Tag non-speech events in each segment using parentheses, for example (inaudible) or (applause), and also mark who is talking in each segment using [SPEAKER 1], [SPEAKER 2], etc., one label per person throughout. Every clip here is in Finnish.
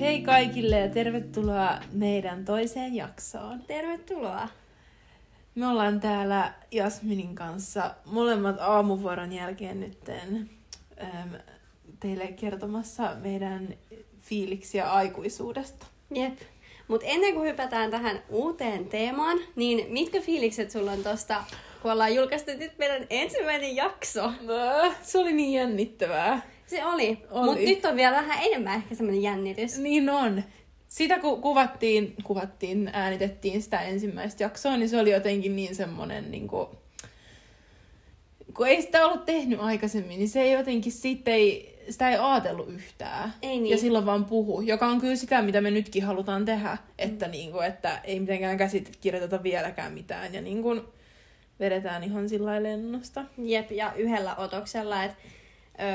[SPEAKER 1] Hei kaikille ja tervetuloa meidän toiseen jaksoon.
[SPEAKER 2] Tervetuloa.
[SPEAKER 1] Me ollaan täällä Jasminin kanssa molemmat aamuvuoron jälkeen nytten äm, teille kertomassa meidän fiiliksiä aikuisuudesta.
[SPEAKER 2] Jep. Mut ennen kuin hypätään tähän uuteen teemaan, niin mitkä fiilikset sulla on tosta, kun ollaan julkaistu nyt meidän ensimmäinen jakso?
[SPEAKER 1] Se oli niin jännittävää.
[SPEAKER 2] Se oli.
[SPEAKER 1] Oli.
[SPEAKER 2] oli. Mut nyt on vielä vähän enemmän ehkä semmoinen jännitys.
[SPEAKER 1] Niin on. Sitä kun kuvattiin, kuvattiin, äänitettiin sitä ensimmäistä jaksoa, niin se oli jotenkin niin semmoinen, niin kuin, kun ei sitä ollut tehnyt aikaisemmin, niin se ei jotenkin, siitä ei, sitä ei ajatellut yhtään.
[SPEAKER 2] Ei niin.
[SPEAKER 1] Ja silloin vaan puhu, joka on kyllä sitä, mitä me nytkin halutaan tehdä,
[SPEAKER 2] Mm.
[SPEAKER 1] että, niin kuin, että ei mitenkään käsikirjoiteta vieläkään mitään ja niin kuin, vedetään ihan sillä lailla lennosta.
[SPEAKER 2] Jep, ja yhdellä otoksella. Et,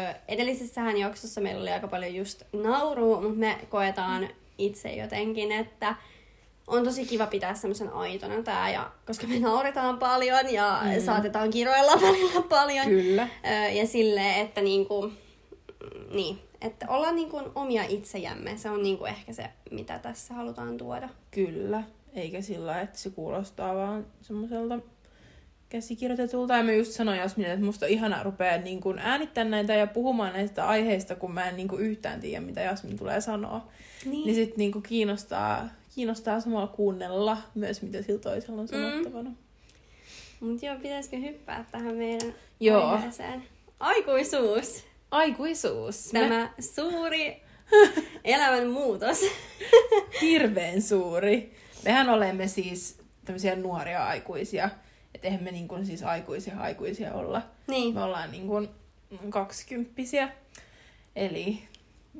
[SPEAKER 2] ö, edellisessähän jaksossa meillä oli aika paljon just naurua, mutta me koetaan itse jotenkin, että on tosi kiva pitää semmoisen aitona tää, ja, koska me nauretaan paljon ja mm. saatetaan kiroilla (laughs) välillä paljon.
[SPEAKER 1] Kyllä.
[SPEAKER 2] Ö, ja silleen, että niinku, niin, että ollaan niinku omia itsejämme. Se on niinku ehkä se, mitä tässä halutaan tuoda.
[SPEAKER 1] Kyllä, eikä sillä lailla, että se kuulostaa vaan semmoiselta käsikirjoitetulta. Ja mä just sanoin Jasminille, että musta on ihana rupeaa niin kuin äänittämään näitä ja puhumaan näistä aiheista, kun mä en niin kuin yhtään tiedä, mitä Jasmin tulee sanoa. Niin, niin sitten niin kuin kiinnostaa, kiinnostaa samalla kuunnella myös, mitä sillä toisella on sanottavana. Mm.
[SPEAKER 2] Mutta joo, pitäisikö hyppää tähän meidän
[SPEAKER 1] Joo.
[SPEAKER 2] aiheeseen? Aikuisuus.
[SPEAKER 1] Aikuisuus. Tämä...
[SPEAKER 2] Tämä
[SPEAKER 1] (laughs)
[SPEAKER 2] suuri elämänmuutos.
[SPEAKER 1] Hirveän suuri. Mehän olemme siis tämmöisiä nuoria aikuisia. Että eihän me niin kuin siis aikuisia aikuisia olla.
[SPEAKER 2] (laughs) niin.
[SPEAKER 1] Me ollaan niin kuin kaksikymppisiä, eli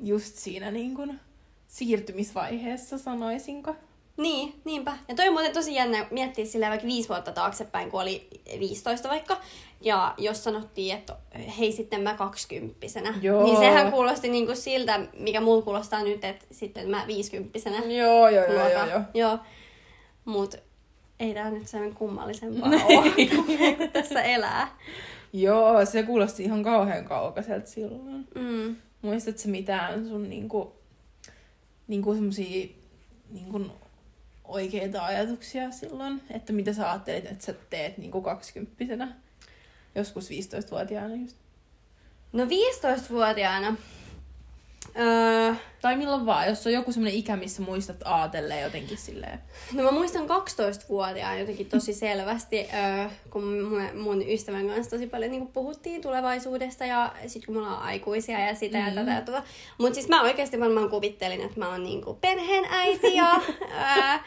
[SPEAKER 1] just siinä niin kuin siirtymisvaiheessa sanoisinko.
[SPEAKER 2] Niin, niinpä. Ja toi on muuten tosi jännä miettiä sillä vaikka viisi vuotta taaksepäin, kun oli 15 vaikka. Ja jos sanottiin, että hei sitten mä kaksikymppisenä.
[SPEAKER 1] Joo.
[SPEAKER 2] Niin sehän kuulosti niinku siltä, mikä mulla kuulostaa nyt, että sitten mä viisikymppisenä.
[SPEAKER 1] Joo, joo,
[SPEAKER 2] luokan. joo. Mut ei tää nyt
[SPEAKER 1] (laughs)
[SPEAKER 2] sen kummallisempaa
[SPEAKER 1] Niin.
[SPEAKER 2] ole, kun tässä elää.
[SPEAKER 1] Joo, se kuulosti ihan kauhean kaukaiselta silloin.
[SPEAKER 2] Mm.
[SPEAKER 1] Muistatko sä mitään sun niinku, niinku semmosia niinku oikeita ajatuksia silloin? Että mitä sä ajattelit, että sä teet niinku kaksikymppisenä? Joskus 15-vuotiaana just.
[SPEAKER 2] No 15-vuotiaana. Öö,
[SPEAKER 1] Tai milloin vaan, jos on joku semmoinen ikä, missä muistat aatelleen jotenkin silleen.
[SPEAKER 2] No mä muistan 12-vuotiaan jotenkin tosi selvästi, öö, kun mun, mun ystävän kanssa tosi paljon niin puhuttiin tulevaisuudesta ja sit kun me ollaan aikuisia ja sitä mm. ja tätä ja
[SPEAKER 1] Mm-hmm.
[SPEAKER 2] tuota. Mut siis mä oikeasti varmaan kuvittelin, että mä oon niin perheen äiti ja
[SPEAKER 1] (laughs)
[SPEAKER 2] öö,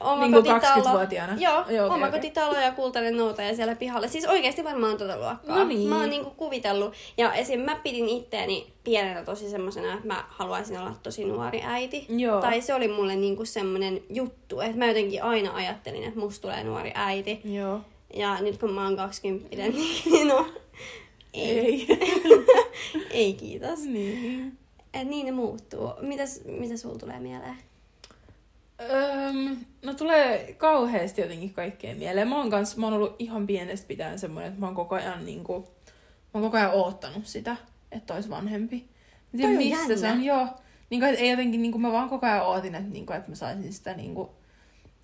[SPEAKER 2] oma
[SPEAKER 1] Niinku
[SPEAKER 2] kotitalo.
[SPEAKER 1] 20-vuotiaana?
[SPEAKER 2] Joo,
[SPEAKER 1] Joo,
[SPEAKER 2] Joo
[SPEAKER 1] okei,
[SPEAKER 2] oma
[SPEAKER 1] okei.
[SPEAKER 2] kotitalo ja kultainen noutaja siellä pihalla. Siis oikeasti varmaan tota luokkaa.
[SPEAKER 1] No niin.
[SPEAKER 2] Mä oon niin kuvitellut. Ja esim. mä pidin itteeni pienenä tosi semmosena, että mä haluaisin olla tosi nuori äiti.
[SPEAKER 1] Joo.
[SPEAKER 2] Tai se oli mulle niinku semmoinen juttu, että mä jotenkin aina ajattelin, että musta tulee nuori äiti.
[SPEAKER 1] Joo.
[SPEAKER 2] Ja nyt kun mä oon 20, (laughs) niin no, ei,
[SPEAKER 1] Ei. (laughs)
[SPEAKER 2] ei kiitos.
[SPEAKER 1] niin.
[SPEAKER 2] Et niin ne muuttuu. Mitäs, mitä sul tulee mieleen?
[SPEAKER 1] Öm, no tulee kauheasti jotenkin kaikkea mieleen. Mä oon, kans, mä oon ollut ihan pienestä pitäen semmoinen, että mä oon koko ajan, niin kuin, mä oon koko ajan oottanut sitä, että olisi vanhempi. Mä tiedän,
[SPEAKER 2] Toi on
[SPEAKER 1] mistä
[SPEAKER 2] jännä.
[SPEAKER 1] se on, joo. Niin kuin, ei jotenkin, niin kuin mä vaan koko ajan ootin, että, niin kuin, että mä saisin sitä niin kuin,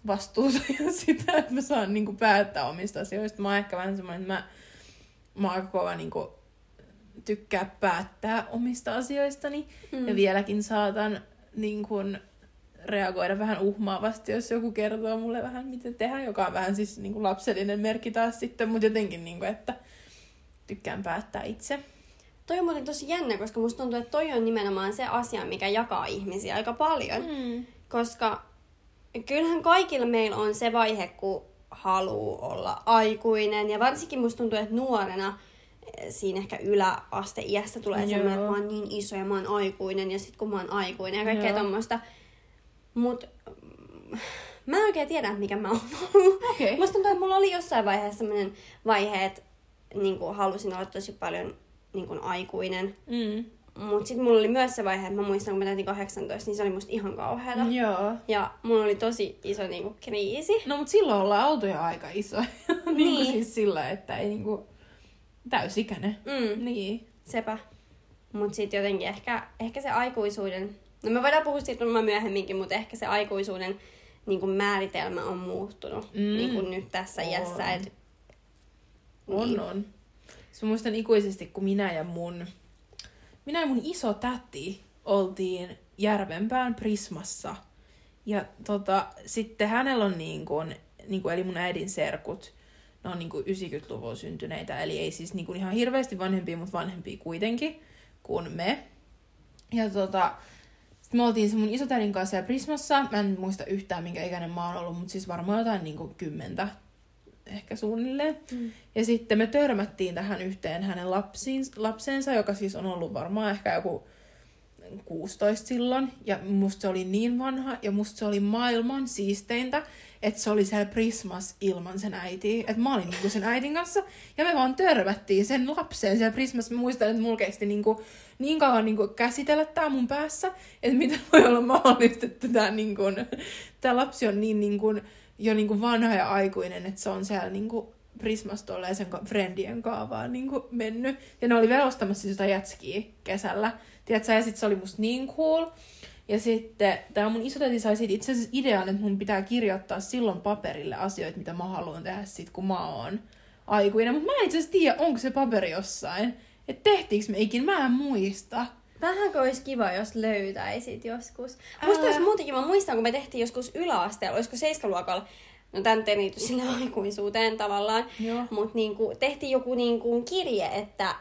[SPEAKER 1] vastuuta (laughs) ja sitä, että mä saan niin kuin, päättää omista asioista. Mä oon ehkä vähän semmoinen, että mä, mä oon aika kova niin kuin, tykkää päättää omista asioistani. Mm. Ja vieläkin saatan niin kuin, reagoida vähän uhmaavasti, jos joku kertoo mulle vähän, miten tehdä, joka on vähän siis niin kuin lapsellinen merkki taas sitten, mutta jotenkin, niin kuin, että tykkään päättää itse.
[SPEAKER 2] Toi on muuten tosi jännä, koska musta tuntuu, että toi on nimenomaan se asia, mikä jakaa ihmisiä aika paljon.
[SPEAKER 1] Mm.
[SPEAKER 2] Koska kyllähän kaikilla meillä on se vaihe, kun haluu olla aikuinen. Ja varsinkin musta tuntuu, että nuorena eh, siinä ehkä yläasteiässä tulee semmoinen,
[SPEAKER 1] Joo.
[SPEAKER 2] että mä oon niin iso ja mä oon aikuinen. Ja sit kun mä oon aikuinen ja kaikkea
[SPEAKER 1] Joo.
[SPEAKER 2] tommoista. Mut mm, mä en oikein tiedä, mikä mä oon ollut.
[SPEAKER 1] Okei.
[SPEAKER 2] Musta tuntuu, että mulla oli jossain vaiheessa semmoinen vaihe, että niin halusin olla tosi paljon niin kuin aikuinen.
[SPEAKER 1] Mm.
[SPEAKER 2] Mutta sitten mulla oli myös se vaihe, että mä muistan, kun mä täytin 18, niin se oli musta ihan kauheata.
[SPEAKER 1] Joo.
[SPEAKER 2] Ja mulla oli tosi iso niinku, kriisi.
[SPEAKER 1] No, mutta silloin ollaan oltu jo aika iso. (laughs) niin. kuin
[SPEAKER 2] Niin.
[SPEAKER 1] siis sillä, että ei niin kuin, täysikäinen.
[SPEAKER 2] Mm,
[SPEAKER 1] Niin.
[SPEAKER 2] sepä. Mut sitten jotenkin ehkä, ehkä se aikuisuuden No me voidaan puhua siitä varmaan myöhemminkin, mutta ehkä se aikuisuuden niin kuin määritelmä on muuttunut mm. niin kuin nyt tässä
[SPEAKER 1] On.
[SPEAKER 2] iässä. Et,
[SPEAKER 1] On, niin. on. Siis mä muistan ikuisesti, kun minä ja mun, minä ja mun iso täti oltiin Järvenpään Prismassa. Ja tota, sitten hänellä on niin kuin, niin kuin, eli mun äidin serkut, ne on niin kuin 90-luvun syntyneitä, eli ei siis niin kuin ihan hirveästi vanhempia, mutta vanhempia kuitenkin kuin me. Ja tota, sitten me oltiin se mun isotädin kanssa ja Prismassa, mä en muista yhtään minkä ikäinen mä oon ollut, mutta siis varmaan jotain niin kuin kymmentä ehkä suunnilleen.
[SPEAKER 2] Mm.
[SPEAKER 1] Ja sitten me törmättiin tähän yhteen hänen lapsiin, lapsensa, joka siis on ollut varmaan ehkä joku 16 silloin. Ja musta se oli niin vanha ja musta se oli maailman siisteintä, että se oli siellä Prismas ilman sen äitiä. Että mä olin niinku sen äitin kanssa ja me vaan törmättiin sen lapseen siellä Prismas. Mä muistan, että mulla kesti niinku, niin kauan niinku käsitellä tää mun päässä, että miten voi olla mahdollista, että tää, niinku, tää lapsi on niin niinku, jo niinku vanha ja aikuinen, että se on siellä niinku Prismas tolleen sen ka- friendien kaavaan niin kuin mennyt. Ja ne oli vielä ostamassa sitä jätskiä kesällä. Tiedätkö, ja sit se oli musta niin cool. Ja sitten tämä mun isotäti sai siitä itse asiassa idean, että mun pitää kirjoittaa silloin paperille asioita, mitä mä haluan tehdä sit, kun mä oon aikuinen. Mutta mä en itse asiassa tiedä, onko se paperi jossain. Että tehtiinkö me ikinä, mä en muista.
[SPEAKER 2] Vähän olisi kiva, jos löytäisit joskus. Musta
[SPEAKER 1] Ää.
[SPEAKER 2] olisi muutenkin, mä muistan, kun me tehtiin joskus yläasteella, olisiko seiskaluokalla, no tämän ei liity sinne aikuisuuteen tavallaan,
[SPEAKER 1] Joo.
[SPEAKER 2] mutta niinku, tehtiin joku niinku kirje, että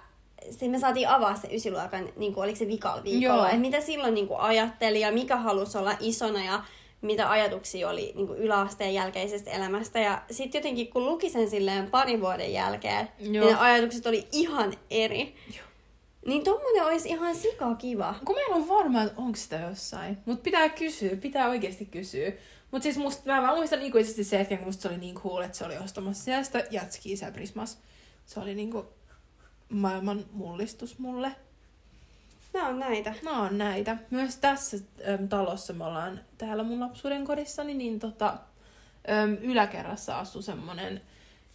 [SPEAKER 2] sitten me saatiin avaa se ysiluokan, niinku, oliko se vikalla viikolla,
[SPEAKER 1] Joo.
[SPEAKER 2] että mitä silloin niinku ajatteli ja mikä halusi olla isona ja mitä ajatuksia oli niinku yläasteen jälkeisestä elämästä. Ja sitten jotenkin, kun luki sen silleen parin vuoden jälkeen,
[SPEAKER 1] Joo.
[SPEAKER 2] niin ne ajatukset oli ihan eri. Niin tommonen olisi ihan sika kiva.
[SPEAKER 1] Kun mä en ole varma, että onko sitä jossain. Mut pitää kysyä, pitää oikeasti kysyä. Mut siis musta, mä, mä muistan ikuisesti se hetken, kun musta se oli niin cool, että se oli ostamassa siellä sitä jätskiä siellä Prismas. Se oli niinku maailman mullistus mulle.
[SPEAKER 2] Nää on näitä.
[SPEAKER 1] Nämä on näitä. Myös tässä äm, talossa me ollaan täällä mun lapsuuden kodissani, niin tota, äm, yläkerrassa asui semmonen,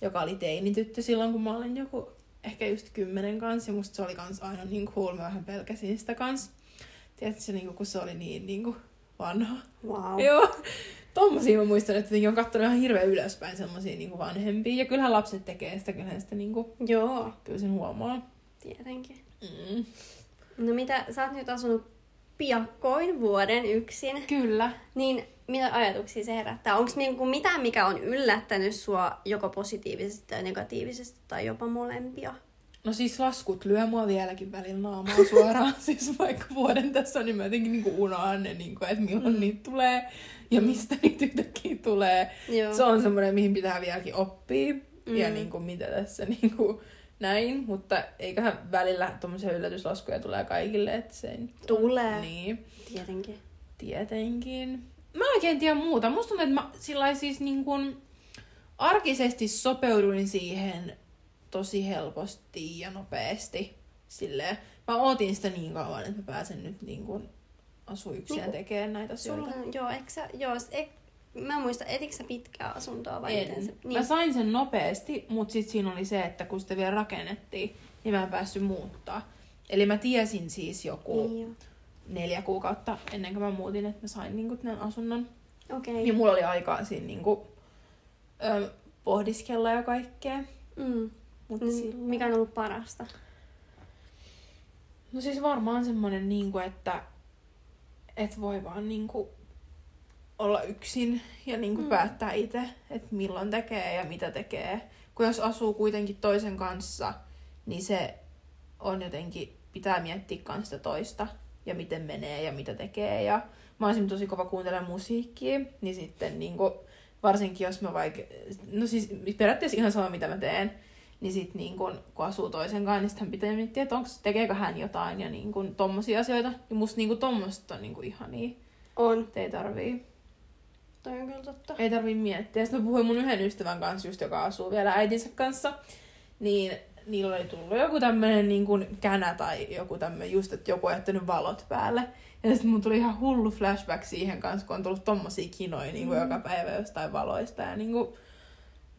[SPEAKER 1] joka oli teinityttö silloin, kun mä olin joku ehkä just kymmenen kanssa. Ja musta se oli kans aina niin cool, mä vähän pelkäsin sitä kans. Tiedätkö, se niinku, kun se oli niin niinku vanha.
[SPEAKER 2] Wow.
[SPEAKER 1] Joo. Tommosia mä muistan, että jotenkin on kattonut ihan hirveän ylöspäin semmosia niinku vanhempia. Ja kyllähän lapset tekee sitä, kyllähän sitä niinku,
[SPEAKER 2] Joo,
[SPEAKER 1] kyllä sen huomaa.
[SPEAKER 2] tietenkin.
[SPEAKER 1] Mm.
[SPEAKER 2] No mitä, sä oot nyt asunut piakkoin vuoden yksin,
[SPEAKER 1] Kyllä.
[SPEAKER 2] niin mitä ajatuksia se herättää? Onko niinku mitään, mikä on yllättänyt sua joko positiivisesti tai negatiivisesti tai jopa molempia?
[SPEAKER 1] No siis laskut lyö mua vieläkin välillä naamaa suoraan. (laughs) siis vaikka vuoden tässä on, niin mä jotenkin niinku unohan ne, niinku, että milloin mm. niitä tulee ja mistä niitä yhtäkkiä tulee.
[SPEAKER 2] Joo.
[SPEAKER 1] Se on semmoinen, mihin pitää vieläkin oppia mm. ja
[SPEAKER 2] Mm.
[SPEAKER 1] niinku, mitä tässä niinku, näin. Mutta eiköhän välillä tuommoisia yllätyslaskuja tulee kaikille, että se ei... nyt-
[SPEAKER 2] Tulee.
[SPEAKER 1] Niin.
[SPEAKER 2] Tietenkin.
[SPEAKER 1] Tietenkin. Mä en oikein tiedä muuta. Musta tuntuu, että mä sillai siis niin kun arkisesti sopeuduin siihen tosi helposti ja nopeasti. Silleen. Mä ootin sitä niin kauan, että mä pääsen nyt niin kun asu yksin ja
[SPEAKER 2] Niinku
[SPEAKER 1] tekemään näitä
[SPEAKER 2] Sulla,
[SPEAKER 1] asioita.
[SPEAKER 2] joo, eikö sä, joo, s- ek, mä muistan, etitkö sä pitkää asuntoa vai miten se? Niin.
[SPEAKER 1] En. Mä sain sen nopeasti, mutta sitten siinä oli se, että kun sitä vielä rakennettiin, niin mä en päässyt muuttaa. Eli mä tiesin siis joku
[SPEAKER 2] niin joo.
[SPEAKER 1] neljä kuukautta ennen kuin mä muutin, että mä sain niin tämän asunnon.
[SPEAKER 2] Okei.
[SPEAKER 1] Niin mulla oli aikaa siinä niinku, ö, pohdiskella ja kaikkea.
[SPEAKER 2] Mm.
[SPEAKER 1] Mut
[SPEAKER 2] Niin,
[SPEAKER 1] mm.
[SPEAKER 2] Mikä on ollut parasta?
[SPEAKER 1] No siis varmaan semmonen, niinku, että et voi vaan niinku, olla yksin ja niinku,
[SPEAKER 2] Mm.
[SPEAKER 1] mm. päättää itse, että milloin tekee ja mitä tekee. Kun jos asuu kuitenkin toisen kanssa, niin se on jotenkin, pitää miettiä kanssa sitä toista ja miten menee ja mitä tekee. Ja mä olisin tosi kova kuuntelemaan musiikkia, niin sitten niinku, varsinkin jos mä vaikka, no siis periaatteessa ihan sama mitä mä teen, niin sit niin kun, kun asuu toisen kanssa, niin sitten pitää miettiä, että onko, tekeekö hän jotain ja niin kun, tommosia asioita. Ja musta niin kun, tommoset on niin kun, ihania,
[SPEAKER 2] On.
[SPEAKER 1] että ei tarvii,
[SPEAKER 2] Toi on kyllä totta.
[SPEAKER 1] ei tarvii miettiä. Sitten mä puhuin mun yhden ystävän kanssa, just, joka asuu vielä äitinsä kanssa, niin niillä oli tullut joku tämmönen niin kun, känä tai joku tämmönen just, että joku on jättänyt valot päälle. Ja sitten mun tuli ihan hullu flashback siihen kanssa, kun on tullut tommosia kinoja niin kuin
[SPEAKER 2] Mm.
[SPEAKER 1] joka päivä jostain valoista ja niin kuin,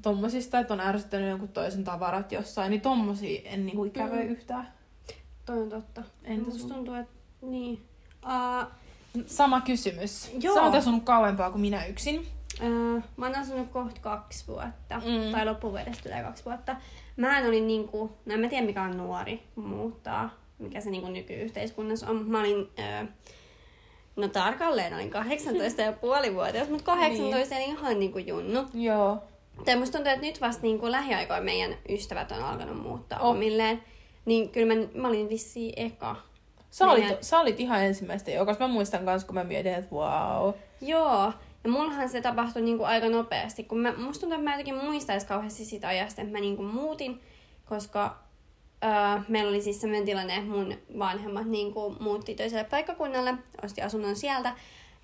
[SPEAKER 1] tommosista, että on ärsyttänyt jonkun toisen tavarat jossain, niin tommosia en niin kuin ikävöi
[SPEAKER 2] Mm.
[SPEAKER 1] yhtään.
[SPEAKER 2] Toi on totta.
[SPEAKER 1] Entä
[SPEAKER 2] Musta
[SPEAKER 1] sun?
[SPEAKER 2] tuntuu, että niin. Uh,
[SPEAKER 1] Sama kysymys.
[SPEAKER 2] Joo.
[SPEAKER 1] Sä oot asunut kauempaa kuin minä yksin.
[SPEAKER 2] Öö, mä oon asunut kohta kaksi vuotta,
[SPEAKER 1] Mm.
[SPEAKER 2] mm. tai loppuvuodesta tulee kaksi vuotta. Mä en olin niinku, no en mä tiedä mikä on nuori, kun muuttaa, mikä se niinku nykyyhteiskunnassa on, mutta mä olin, öö, no tarkalleen olin 18 (laughs) ja puoli vuotias, mutta 18 niin. ihan niinku junnu.
[SPEAKER 1] Joo.
[SPEAKER 2] Tai musta tuntuu, että nyt vasta niinku lähiaikoina meidän ystävät on alkanut muuttaa
[SPEAKER 1] Oh.
[SPEAKER 2] oh. omilleen. Niin kyllä mä, mä olin vissiin eka.
[SPEAKER 1] Sä olit,
[SPEAKER 2] Meidän-
[SPEAKER 1] sä olit ihan ensimmäistä joukossa. Mä muistan kans, kun mä mietin, että wow.
[SPEAKER 2] Joo, ja mullahan se tapahtui niinku aika nopeasti, kun mä, musta tuntuu, että mä jotenkin muistais kauheasti sitä ajasta, että mä niinku muutin, koska öö, meillä oli siis sellainen tilanne, että mun vanhemmat niinku muutti toiselle paikkakunnalle, osti asunnon sieltä,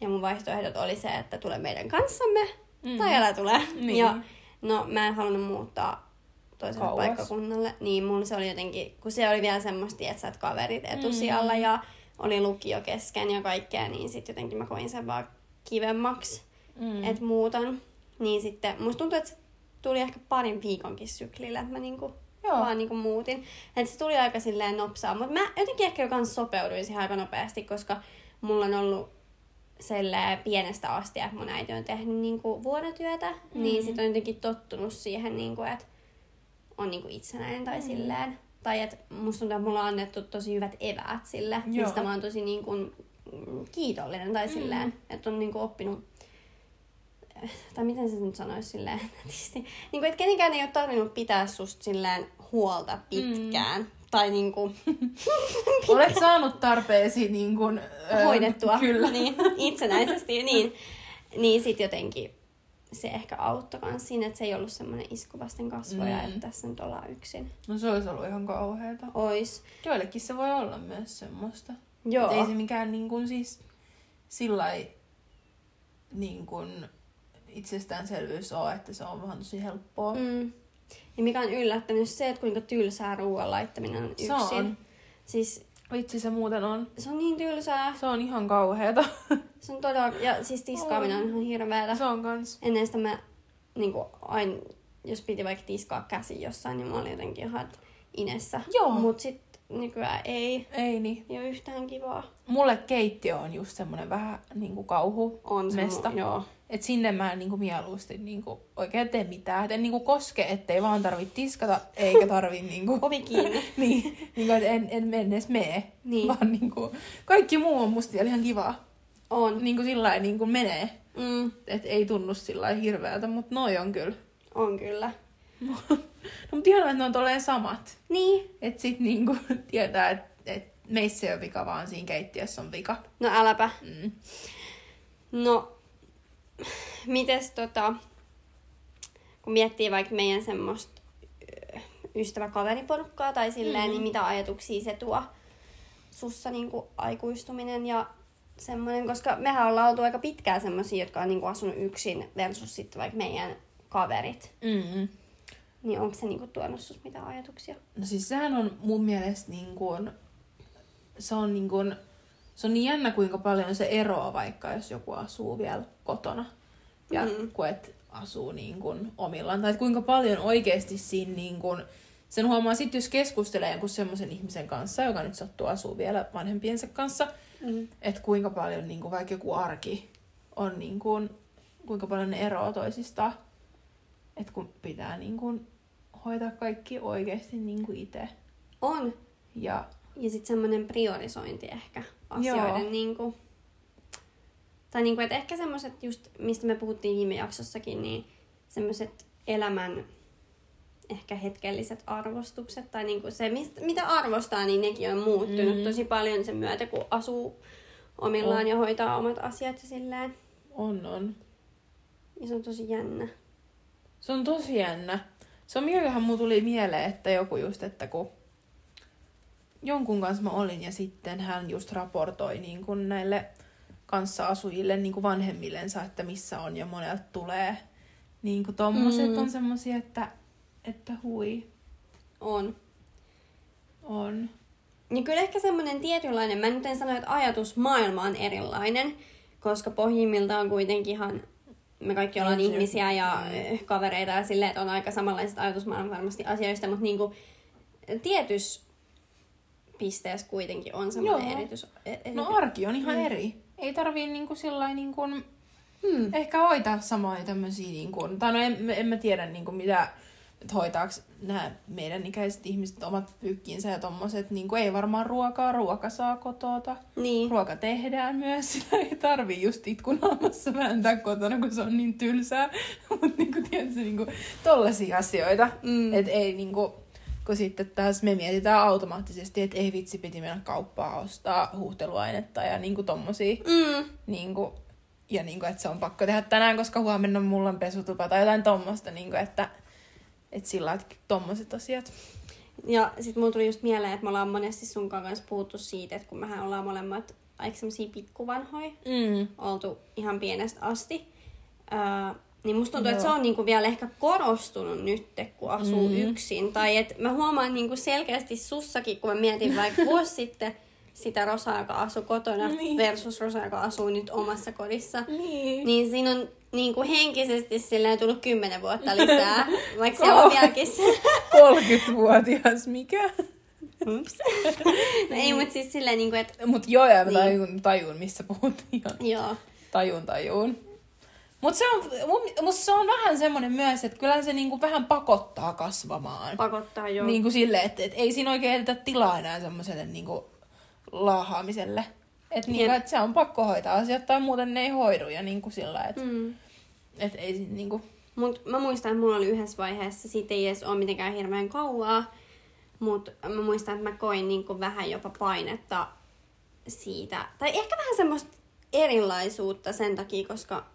[SPEAKER 2] ja mun vaihtoehdot oli se, että tule meidän kanssamme, mm. tai älä tule.
[SPEAKER 1] Mm-hmm. Niin.
[SPEAKER 2] Ja, no mä en halunnut muuttaa toiselle
[SPEAKER 1] Kauas.
[SPEAKER 2] Kauas. paikkakunnalle, niin mulla se oli jotenkin, kun se oli vielä semmoista, että sä oot kaverit etusijalla, mm. ja oli lukio kesken ja kaikkea, niin sitten jotenkin mä koin sen vaan kivemmaksi, mm. että muutan. Niin sitten musta tuntuu, että se tuli ehkä parin viikonkin syklillä, että mä niinku
[SPEAKER 1] Joo.
[SPEAKER 2] Joo. vaan niinku muutin. Että se tuli aika silleen nopsaa, mutta mä jotenkin ehkä jo kans sopeuduin siihen aika nopeasti, koska mulla on ollut silleen pienestä asti, että mun äiti on tehnyt niinku vuorotyötä, mm. niin sitten on jotenkin tottunut siihen, niinku, että on niinku itsenäinen tai mm. silleen. Tai että musta tuntuu, että mulla on annettu tosi hyvät eväät sille,
[SPEAKER 1] Joo.
[SPEAKER 2] Joo. mistä mä oon tosi niinku, mm, kiitollinen tai silleen, mm. että on niinku oppinut tai miten se nyt sanoisi silleen (laughs) nätisti, niin kuin, että kenenkään ei ole tarvinnut pitää susta silleen huolta pitkään. Mm. Tai niin kuin,
[SPEAKER 1] Olet saanut tarpeesi niin kun, ö,
[SPEAKER 2] hoidettua
[SPEAKER 1] Kyllä.
[SPEAKER 2] Niin, itsenäisesti. Niin, niin sit jotenkin se ehkä auttoi myös siinä, että se ei ollut semmoinen isku vasten kasvoja,
[SPEAKER 1] Mm.
[SPEAKER 2] mm. että tässä nyt ollaan yksin.
[SPEAKER 1] No se olisi ollut ihan kauheeta.
[SPEAKER 2] Ois.
[SPEAKER 1] Joillekin se voi olla myös semmoista.
[SPEAKER 2] Joo. Mm.
[SPEAKER 1] Mut Ei se mikään niin kuin siis sillai niin kuin itsestäänselvyys ole, että se on vähän tosi helppoa. Mm.
[SPEAKER 2] Mm. Ja mikä on yllättänyt se, että kuinka tylsää ruoan laittaminen on yksin.
[SPEAKER 1] Se on.
[SPEAKER 2] Siis
[SPEAKER 1] Vitsi se muuten on.
[SPEAKER 2] se on niin tylsää.
[SPEAKER 1] Se on ihan kauheeta.
[SPEAKER 2] Se on todella... Ja siis tiskaaminen on ihan
[SPEAKER 1] (laughs)
[SPEAKER 2] hirveetä.
[SPEAKER 1] se on kans.
[SPEAKER 2] ennen sitä mä niin kuin, aina, jos piti vaikka tiskaa käsi jossain, niin mä olin jotenkin ihan et inessä.
[SPEAKER 1] Joo.
[SPEAKER 2] Mut sit nykyään ei.
[SPEAKER 1] Ei niin.
[SPEAKER 2] Ei ole yhtään kivaa.
[SPEAKER 1] Mulle keittiö on just semmonen vähän niin kuin kauhu.
[SPEAKER 2] On se
[SPEAKER 1] Mesta.
[SPEAKER 2] Mu- joo.
[SPEAKER 1] Et sinne mä en niinku mieluusti niinku oikein tee mitään. Et en niinku koske, ettei vaan tarvi tiskata, eikä tarvi
[SPEAKER 2] (laughs)
[SPEAKER 1] niinku...
[SPEAKER 2] Ovi kiinni.
[SPEAKER 1] (laughs) niin, niinku, et en, en mene edes mee.
[SPEAKER 2] Niin.
[SPEAKER 1] Vaan niinku, kaikki muu on musta vielä ihan kivaa.
[SPEAKER 2] On.
[SPEAKER 1] Niinku sillä lailla niinku menee.
[SPEAKER 2] Mm,
[SPEAKER 1] Et ei tunnu sillä lailla hirveältä, mut noi on
[SPEAKER 2] (laughs)
[SPEAKER 1] kyllä.
[SPEAKER 2] on kyllä.
[SPEAKER 1] No mut ihanaa, että ne on tolleen samat.
[SPEAKER 2] Niin.
[SPEAKER 1] Et sit niinku (laughs) tietää, että et meissä ei ole vika, vaan siinä keittiössä on vika.
[SPEAKER 2] No äläpä.
[SPEAKER 1] Mm.
[SPEAKER 2] No, mites tota, kun miettii vaikka meidän semmoista ö, ystäväkaveriporukkaa tai silleen, mm. niin mitä ajatuksia se tuo sussa niin kuin aikuistuminen ja semmoinen, koska mehän ollaan oltu aika pitkään semmoisia, jotka on niin kuin asunut yksin versus sitten vaikka meidän kaverit.
[SPEAKER 1] Mm-mm.
[SPEAKER 2] Niin onko se niin kuin tuonut sus mitään ajatuksia?
[SPEAKER 1] No siis sehän on mun mielestä niin kuin, se on niin kuin, se on niin jännä kuinka paljon se eroaa vaikka jos joku asuu vielä kotona ja mm. kun et asuu niin kuin omillaan tai et kuinka paljon oikeasti siinä niin kuin, sen huomaa sitten jos keskustelee jonkun semmoisen ihmisen kanssa joka nyt sattuu asuu vielä vanhempiensa kanssa mm. että kuinka paljon niin kuin, vaikka joku arki on niin kuin, kuinka paljon ne eroaa toisistaan että kun pitää niin kuin, hoitaa kaikki oikeasti niin kuin itse.
[SPEAKER 2] On.
[SPEAKER 1] Ja
[SPEAKER 2] Ja sitten semmoinen priorisointi ehkä asioiden
[SPEAKER 1] Joo.
[SPEAKER 2] niin kuin, tai niin kuin, että ehkä semmoiset just, mistä me puhuttiin viime jaksossakin, niin semmoiset elämän ehkä hetkelliset arvostukset tai niin kuin se, mistä, mitä arvostaa, niin nekin on muuttunut mm. tosi paljon sen myötä, kun asuu omillaan
[SPEAKER 1] Mm-hmm. On.
[SPEAKER 2] ja hoitaa omat asiat ja silleen.
[SPEAKER 1] on, on.
[SPEAKER 2] Ja se on tosi jännä.
[SPEAKER 1] Se on tosi jännä. Se on mikäköhän mulla tuli mieleen, että joku just, että kun jonkun kanssa mä olin ja sitten hän just raportoi niin kuin näille kanssaasujille, niin kuin vanhemmillensa, että missä on ja monelta tulee. Niin kuin tommoset mm.
[SPEAKER 2] Mm.
[SPEAKER 1] on semmosia, että, että hui,
[SPEAKER 2] On.
[SPEAKER 1] on.
[SPEAKER 2] Niin kyllä ehkä semmoinen tietynlainen, mä nyt en sano, että ajatusmaailma on erilainen, koska pohjimmiltaan kuitenkin ihan me kaikki ollaan
[SPEAKER 1] Niin, se-
[SPEAKER 2] ihmisiä ja eh, kavereita ja silleen, että on aika samanlaiset ajatusmaailmat varmasti asioista, mutta niin kuin tietyssä pisteessä kuitenkin on semmoinen
[SPEAKER 1] Joo.
[SPEAKER 2] erityis... e-
[SPEAKER 1] No
[SPEAKER 2] erity-
[SPEAKER 1] arki on ihan eri. ei tarvii niinku sillä niinku, hmm. ehkä hoitaa samoja tämmöisiä, niinku, tai no en, en mä tiedä niinku, mitä, että hoitaako nämä meidän ikäiset ihmiset omat pyykkiinsä ja tommoset, niinku, ei varmaan ruokaa, ruoka saa kotota.
[SPEAKER 2] Niin.
[SPEAKER 1] Ruoka tehdään myös, (laughs) sitä ei tarvii just itkunaamassa vääntää kotona, kun se on niin tylsää. (laughs) Mutta niinku, tiedätkö, niinku, tollaisia asioita. Mm. Et ei niinku, kun sitten taas me mietitään automaattisesti, että ei vitsi, piti mennä kauppaan ostaa huuhteluainetta ja niinku tommosia.
[SPEAKER 2] Mm.
[SPEAKER 1] Niinku, ja niinku, että se on pakko tehdä tänään, koska huomenna mulla on pesutupa tai jotain tommosta, niinku, että et sillä lailla, että tommoset asiat.
[SPEAKER 2] Ja sitten mulla tuli just mieleen, että me ollaan monesti sun kanssa puhuttu siitä, että kun mehän ollaan molemmat aika semmosia pikkuvanhoja,
[SPEAKER 1] Mm.
[SPEAKER 2] oltu ihan pienestä asti. Ää, niin musta tuntuu,
[SPEAKER 1] Joo.
[SPEAKER 2] että se on niinku vielä ehkä korostunut nyt, kun asuu mm. yksin. Tai että mä huomaan niinku selkeästi sussakin, kun mä mietin
[SPEAKER 1] (laughs)
[SPEAKER 2] vaikka vuosi sitten sitä Rosaa, joka asui kotona
[SPEAKER 1] Niin.
[SPEAKER 2] niin. versus Rosa, joka asuu nyt omassa kodissa.
[SPEAKER 1] Niin.
[SPEAKER 2] Niin siinä on niinku henkisesti silleen tullut kymmenen
[SPEAKER 1] (laughs)
[SPEAKER 2] vuotta lisää, vaikka se on vieläkin se.
[SPEAKER 1] 30-vuotias, mikä?
[SPEAKER 2] Ups. (laughs) no
[SPEAKER 1] Niin.
[SPEAKER 2] ei, mutta siis silleen, niinku, että
[SPEAKER 1] Mut joo, ja mä
[SPEAKER 2] Niin.
[SPEAKER 1] tajun, tajun missä (laughs) puhuttiin.
[SPEAKER 2] joo.
[SPEAKER 1] Tajun, tajun. Mut se on, mun- mut se on vähän semmonen myös, että kyllä se niinku vähän pakottaa kasvamaan.
[SPEAKER 2] Pakottaa joo.
[SPEAKER 1] Niin kuin silleen, että, että ei siinä oikein jätetä tilaa enää semmoiselle niinku laahaamiselle. Että niinku,
[SPEAKER 2] Jep.
[SPEAKER 1] et se on pakko hoitaa asiat tai muuten ne ei hoidu. Ja niinku sillä, että mm.
[SPEAKER 2] Mm.
[SPEAKER 1] et ei siinä niinku...
[SPEAKER 2] Mut mä muistan, että mulla oli yhdessä vaiheessa, siitä ei edes ole mitenkään hirveän kauaa, mutta mä muistan, että mä koin niinku vähän jopa painetta siitä. Tai ehkä vähän semmoista erilaisuutta sen takia, koska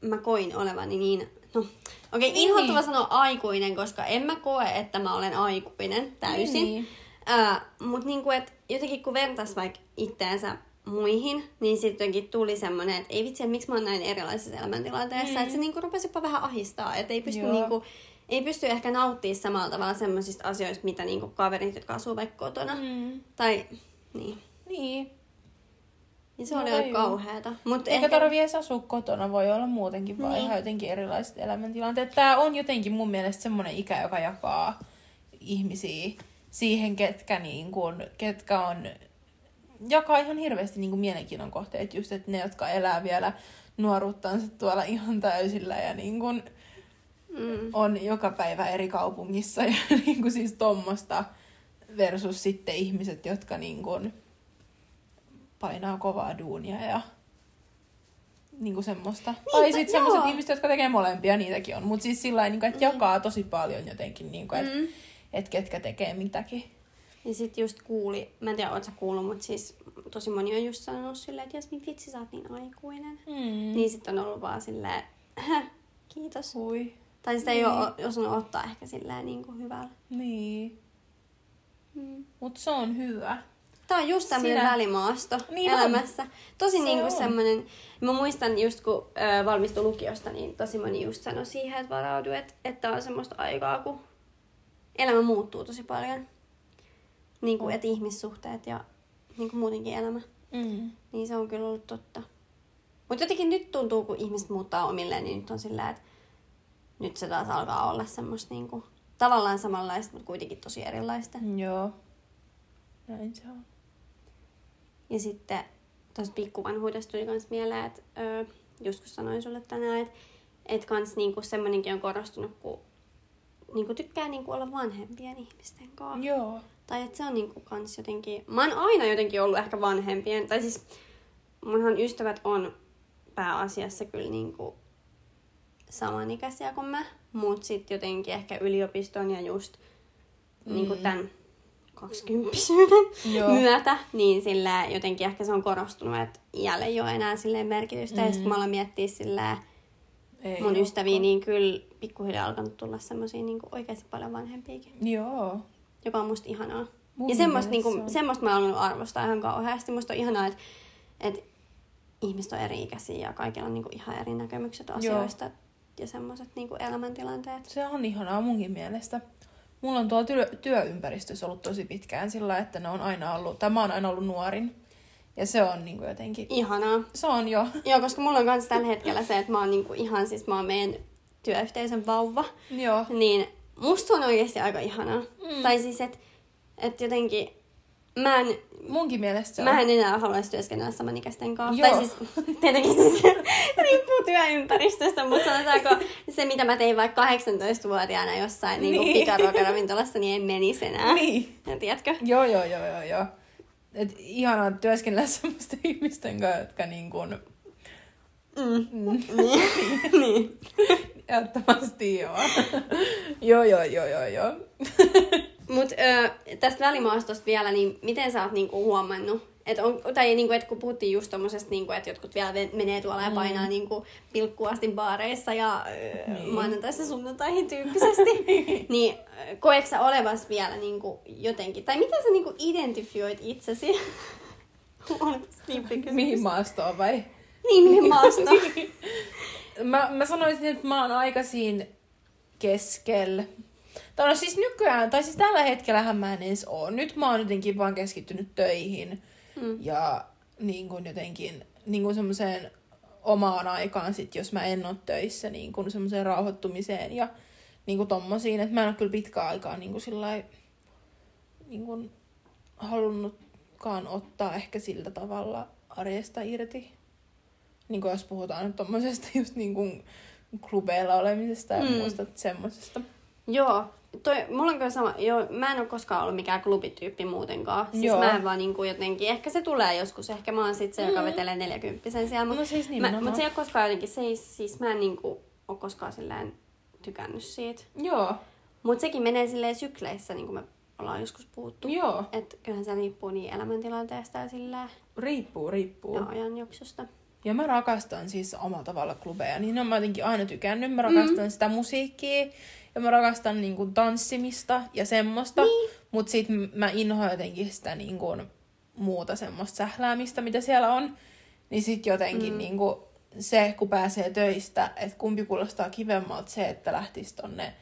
[SPEAKER 2] mä koin olevani niin... No, okei, okay,
[SPEAKER 1] Niin,
[SPEAKER 2] niin, inhottava
[SPEAKER 1] niin.
[SPEAKER 2] sanoa aikuinen, koska en mä koe, että mä olen aikuinen täysin.
[SPEAKER 1] Niin.
[SPEAKER 2] Niin. Ää, mut niinku, et jotenkin kun vertas vaikka itteensä muihin, niin sitten jotenkin tuli semmoinen, että ei vitsi, että miksi mä oon näin erilaisessa elämäntilanteessa. Mm. Että se niinku rupesi jopa vähän ahistaa, että ei pysty,
[SPEAKER 1] Joo.
[SPEAKER 2] niinku, ei pysty ehkä nauttimaan samalla tavalla semmoisista asioista, mitä niinku kaverit, jotka asuu vaikka kotona.
[SPEAKER 1] Mm.
[SPEAKER 2] Tai, niin.
[SPEAKER 1] Niin.
[SPEAKER 2] Niin se
[SPEAKER 1] No
[SPEAKER 2] oli
[SPEAKER 1] tajuu.
[SPEAKER 2] aika kauheata. Mut
[SPEAKER 1] Eikä
[SPEAKER 2] ehkä,
[SPEAKER 1] tarvii edes asua kotona, voi olla muutenkin vaan niin.
[SPEAKER 2] Niin.
[SPEAKER 1] ihan jotenkin erilaiset elämäntilanteet. Tämä on jotenkin mun mielestä semmoinen ikä, joka jakaa ihmisiä siihen, ketkä, niin kun, ketkä on, jakaa ihan hirveästi niin kun mielenkiinnon kohteet. Just, että ne, jotka elää vielä nuoruuttansa tuolla ihan täysillä ja niin kun
[SPEAKER 2] Mm,
[SPEAKER 1] on joka päivä eri kaupungissa ja (laughs) niin kun siis tommosta versus sitten ihmiset, jotka niin kun painaa kovaa duunia ja niinku semmoista. Niin, tai
[SPEAKER 2] Niinpä,
[SPEAKER 1] sitten semmoiset
[SPEAKER 2] no joo. Niin.
[SPEAKER 1] ihmiset, jotka tekee molempia, niitäkin on. Mutta siis sillä lailla, että jakaa tosi paljon jotenkin, niinku, että
[SPEAKER 2] mm.
[SPEAKER 1] et ketkä tekee mitäkin.
[SPEAKER 2] Ja sit just kuuli, mä en tiedä, oot sä kuullut, mutta siis tosi moni on just sanonut silleen, että Jasmin, vitsi, sä oot niin aikuinen.
[SPEAKER 1] Mm.
[SPEAKER 2] Niin sitten on ollut vaan silleen, kiitos.
[SPEAKER 1] Ui.
[SPEAKER 2] Tai sitä ei
[SPEAKER 1] Niin.
[SPEAKER 2] ole osannut ottaa ehkä silleen niin kuin hyvällä.
[SPEAKER 1] Niin.
[SPEAKER 2] Mm.
[SPEAKER 1] Mutta se on hyvä.
[SPEAKER 2] Tämä on just tämmöinen
[SPEAKER 1] Sinä-
[SPEAKER 2] välimaasto
[SPEAKER 1] Niin
[SPEAKER 2] niin
[SPEAKER 1] on.
[SPEAKER 2] elämässä. Tosi
[SPEAKER 1] Se
[SPEAKER 2] se niinku
[SPEAKER 1] on.
[SPEAKER 2] semmoinen, mä muistan just kun ö, valmistui lukiosta, niin tosi moni just sanoi siihen, että varaudu, että, että on semmoista aikaa, kun elämä muuttuu tosi paljon. Niin kuin, että ihmissuhteet ja niin kuin muutenkin elämä.
[SPEAKER 1] Mm.
[SPEAKER 2] Niin se on kyllä ollut totta. Mutta jotenkin nyt tuntuu, kun ihmiset muuttaa omilleen, niin nyt on sillä, että nyt se taas alkaa olla semmoista niinku, tavallaan samanlaista, mutta kuitenkin tosi erilaista.
[SPEAKER 1] Joo. Näin se on.
[SPEAKER 2] Ja sitten tuosta pikkuvanhuudesta tuli myös mieleen, että ö, joskus sanoin sulle tänään, että et kans niinku semmoinenkin on korostunut, kun niinku tykkää niinku olla vanhempien ihmisten kanssa.
[SPEAKER 1] Joo.
[SPEAKER 2] Tai että se on niinku kans jotenkin... Mä oon aina jotenkin ollut ehkä vanhempien, tai siis munhan ystävät on pääasiassa kyllä niinku samanikäisiä kuin mä, mut sit jotenkin ehkä yliopiston ja just mm. niinku tän kaksikymppisyyden
[SPEAKER 1] Niin. Joo.
[SPEAKER 2] myötä, niin sillä jotenkin ehkä se on korostunut, että iällä ei ole enää silleen merkitystä. Mm. Ja sit kun mä aloin miettiä sillä
[SPEAKER 1] Ei
[SPEAKER 2] mun
[SPEAKER 1] oo.
[SPEAKER 2] ystäviä, niin kyllä pikkuhiljaa alkanut tulla semmosia niinku oikeasti paljon vanhempiakin
[SPEAKER 1] Joo.
[SPEAKER 2] joka on musta ihanaa.
[SPEAKER 1] Mun
[SPEAKER 2] Mun ja semmoista,
[SPEAKER 1] mielestä
[SPEAKER 2] niinku,
[SPEAKER 1] se on.
[SPEAKER 2] semmoista mä oon arvostaa ihan kauheasti. Musta on ihanaa, että et ihmiset on eri-ikäisiä ja kaikilla on niinku ihan eri näkemykset asioista ja semmoiset niinku elämäntilanteet.
[SPEAKER 1] Se on ihanaa munkin mielestä. Mulla on tuolla työ, työympäristössä ollut tosi pitkään sillä, että ne on aina ollut, tai mä oon aina ollut nuorin. Ja se on niinku jotenkin,
[SPEAKER 2] Ihanaa.
[SPEAKER 1] se on jo. (laughs)
[SPEAKER 2] Joo, koska mulla on myös tällä hetkellä se, että mä oon niinku ihan siis mä oon meidän työyhteisön vauva.
[SPEAKER 1] Joo.
[SPEAKER 2] Mm. Niin musta on oikeasti aika ihanaa. Mm. Tai siis, että et jotenkin Mä en,
[SPEAKER 1] Munkin mielestä se
[SPEAKER 2] mä
[SPEAKER 1] on.
[SPEAKER 2] en enää haluaisi työskennellä samanikäisten kanssa.
[SPEAKER 1] Joo.
[SPEAKER 2] Tai siis, (laughs) tietenkin siis riippuu työympäristöstä, mutta sanotaanko se, mitä mä tein vaikka 18-vuotiaana jossain niin.
[SPEAKER 1] Niin.
[SPEAKER 2] niin pikaruokaravintolassa, niin en menisi enää.
[SPEAKER 1] Niin.
[SPEAKER 2] Ja tiedätkö?
[SPEAKER 1] Joo, joo, joo, joo, joo. Et ihanaa työskennellä (laughs) semmoisten ihmisten kanssa, jotka niin kuin Mm.
[SPEAKER 2] niin.
[SPEAKER 1] (laughs) ehdottomasti joo. (laughs) joo, joo, joo, joo, joo. (laughs)
[SPEAKER 2] Mutta tästä välimaastosta vielä, niin miten sä oot niinku huomannut? Et on, tai niinku, et kun puhuttiin just tommosesta, niinku, että jotkut vielä ve- menee tuolla ja painaa mm. niinku, pilkkuasti baareissa ja ö,
[SPEAKER 1] Niin.
[SPEAKER 2] maanantaista
[SPEAKER 1] (laughs)
[SPEAKER 2] sunnuntaihin tyyppisesti, niin ö, koetko sä olevas vielä niinku, jotenkin? Tai miten sä niinku, identifioit itsesi? Oliko se niin pikku
[SPEAKER 1] Mihin
[SPEAKER 2] kysymys?
[SPEAKER 1] maastoon vai?
[SPEAKER 2] Niin, mihin maasta?
[SPEAKER 1] Mä, mä sanoisin, että mä oon aika siinä keskellä. Tai no siis nykyään, tai siis tällä hetkellähän mä en edes oo. Nyt mä oon jotenkin vaan keskittynyt töihin mm. ja niin kuin jotenkin niin kuin semmoiseen omaan aikaan sit, jos mä en oo töissä, niin kuin semmoiseen rauhoittumiseen ja niin kuin tommosiin. Että mä en oo kyllä pitkään aikaa niin kuin sillai, niin kuin halunnutkaan ottaa ehkä sillä tavalla arjesta irti niin kuin jos puhutaan nyt tommosesta (laughs) just niin kuin klubeilla olemisesta ja
[SPEAKER 2] Mm.
[SPEAKER 1] mm. muusta semmoisesta.
[SPEAKER 2] (laughs) Joo, toi, mulla on kyllä sama, joo, mä en ole koskaan ollut mikään klubityyppi muutenkaan. Siis
[SPEAKER 1] Joo.
[SPEAKER 2] joo. mä en vaan niinku jotenkin, ehkä se tulee joskus, ehkä mä oon sit se, joka vetelee neljäkymppisen siellä.
[SPEAKER 1] Mm. No siis nimenomaan.
[SPEAKER 2] Mutta se ei ole koskaan jotenkin, se ei, siis mä en niinku ole koskaan silleen tykännyt siitä.
[SPEAKER 1] Joo,
[SPEAKER 2] Mutta sekin menee silleen sykleissä, niin kuin me ollaan joskus puhuttu.
[SPEAKER 1] joo.
[SPEAKER 2] Että kyllähän se riippuu niin elämäntilanteesta ja silleen
[SPEAKER 1] Riippuu, riippuu.
[SPEAKER 2] ja
[SPEAKER 1] Joo.
[SPEAKER 2] ajanjaksosta.
[SPEAKER 1] Ja mä rakastan siis omalla tavalla klubeja. Niin on mä jotenkin aina tykännyt. Mä rakastan mm. sitä musiikkia ja mä rakastan niin kuin, tanssimista ja semmoista. Niin. Mut sit m- mä inhoan jotenkin sitä niin kuin, muuta semmoista sähläämistä, mitä siellä on. Niin sit jotenkin mm. niin kuin, se, kun pääsee töistä, että kumpi kuulostaa kivemmalta se, että lähtisi tonne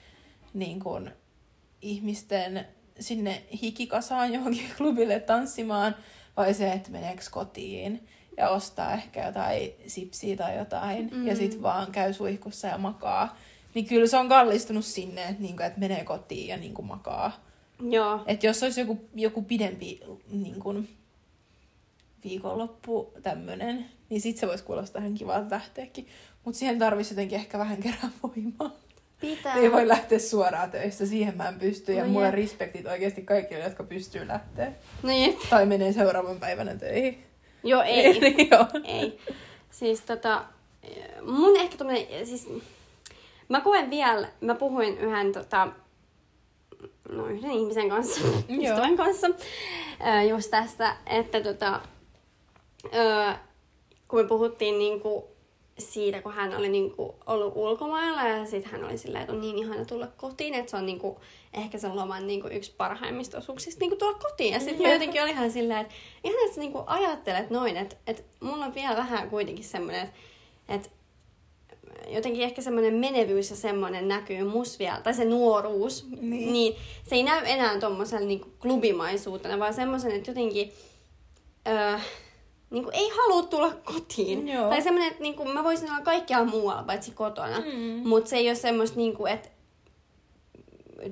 [SPEAKER 1] niin kuin, ihmisten sinne hikikasaan johonkin (laughs) klubille tanssimaan, vai se, että meneekö kotiin ja ostaa ehkä jotain sipsiä tai jotain, mm. ja sitten vaan käy suihkussa ja makaa. Niin kyllä se on kallistunut sinne, että, niinku, että menee kotiin ja niinku makaa.
[SPEAKER 2] Joo.
[SPEAKER 1] Et jos olisi joku, joku pidempi niinku, viikonloppu tämmönen, niin sit se voisi kuulostaa ihan kivalta lähteäkin. Mutta siihen tarvitsisi jotenkin ehkä vähän kerran voimaa.
[SPEAKER 2] Pitää.
[SPEAKER 1] Ei voi lähteä suoraan töistä, siihen mä en pysty. Ja
[SPEAKER 2] No
[SPEAKER 1] mulla on
[SPEAKER 2] jep.
[SPEAKER 1] respektit oikeasti kaikille, jotka pystyy lähteä.
[SPEAKER 2] No jep.
[SPEAKER 1] Tai menee seuraavan päivänä töihin.
[SPEAKER 2] Joo, ei.
[SPEAKER 1] Niin joo.
[SPEAKER 2] Ei. Siis tota, mun ehkä tommonen, siis mä koen vielä, mä puhuin yhden tota, no yhden ihmisen kanssa,
[SPEAKER 1] Joo.
[SPEAKER 2] ystävän kanssa, ää, just tästä, että tota, ää, kun me puhuttiin niinku siitä, kun hän oli niinku ollut ulkomailla ja sitten hän oli silleen, että on niin ihana tulla kotiin, että se on niinku, ehkä sen loman niinku yksi parhaimmista osuuksista niinku tulla kotiin. Ja sitten mä
[SPEAKER 1] Joo.
[SPEAKER 2] jotenkin olin ihan silleen, että ihan että sä niinku ajattelet noin, että, että mulla on vielä vähän kuitenkin semmoinen, että, että jotenkin ehkä semmoinen menevyys ja semmoinen näkyy mus vielä, tai se nuoruus,
[SPEAKER 1] Niin.
[SPEAKER 2] niin, niin se ei näy enää tuommoisella niinku klubimaisuutena, vaan semmoisen, että jotenkin öö, niinku ei halua tulla kotiin.
[SPEAKER 1] Joo.
[SPEAKER 2] Tai semmoinen, että niinku mä voisin olla kaikkialla muualla paitsi kotona, mm. mutta se ei ole semmoista, niinku, että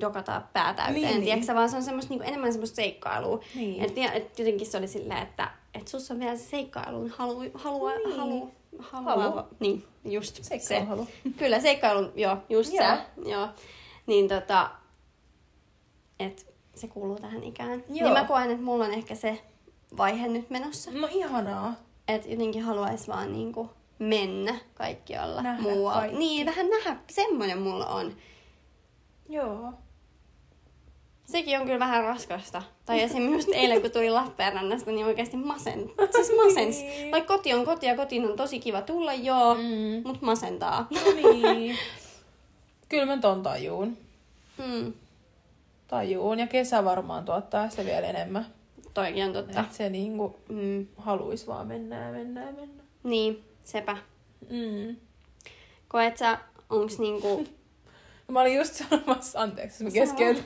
[SPEAKER 2] dokataan pää täyteen,
[SPEAKER 1] Niin,
[SPEAKER 2] niin,
[SPEAKER 1] niin.
[SPEAKER 2] tiedätkö, sä, vaan se on semmoista, niinku, enemmän semmoista seikkailua.
[SPEAKER 1] Niin.
[SPEAKER 2] Et, vie- et jotenkin se oli silleen, että et sussa on vielä se seikkailuun halu, halua,
[SPEAKER 1] Niin.
[SPEAKER 2] niin. halu, halua,
[SPEAKER 1] Halu.
[SPEAKER 2] halua. Niin, just se.
[SPEAKER 1] Seikkailuhalu.
[SPEAKER 2] Kyllä, seikkailun, joo, just
[SPEAKER 1] Joo.
[SPEAKER 2] joo. se. Joo. Niin tota, et se kuuluu tähän ikään. Joo.
[SPEAKER 1] Joo.
[SPEAKER 2] Niin mä koen, että mulla on ehkä se vaihe nyt menossa.
[SPEAKER 1] No ihanaa.
[SPEAKER 2] Että jotenkin haluaisi vaan niinku mennä kaikkialla
[SPEAKER 1] Nähdä
[SPEAKER 2] muualla.
[SPEAKER 1] kaikki.
[SPEAKER 2] Niin, vähän nähdä, semmoinen mulla on.
[SPEAKER 1] Joo.
[SPEAKER 2] Sekin on kyllä vähän raskasta. Tai
[SPEAKER 1] (laughs)
[SPEAKER 2] esimerkiksi just eilen, kun tuli Lappeenrannasta, niin oikeasti masen. Siis masens.
[SPEAKER 1] Niin.
[SPEAKER 2] Vaikka koti on koti ja kotiin on tosi kiva tulla, joo,
[SPEAKER 1] Mm.
[SPEAKER 2] mm. mutta masentaa. (laughs)
[SPEAKER 1] No niin. (laughs) Kyllä mä ton tajuun.
[SPEAKER 2] Mm.
[SPEAKER 1] Tajuun. Ja kesä varmaan tuottaa sitä vielä enemmän.
[SPEAKER 2] Toikin on totta.
[SPEAKER 1] Että se niinku
[SPEAKER 2] Mm.
[SPEAKER 1] haluis vaan mennä ja mennä ja mennä.
[SPEAKER 2] Niin, sepä.
[SPEAKER 1] Mm.
[SPEAKER 2] Koet sä, onks niinku...
[SPEAKER 1] No Mä olin just sanomassa, anteeksi, mä
[SPEAKER 2] Sano.
[SPEAKER 1] keskeytän.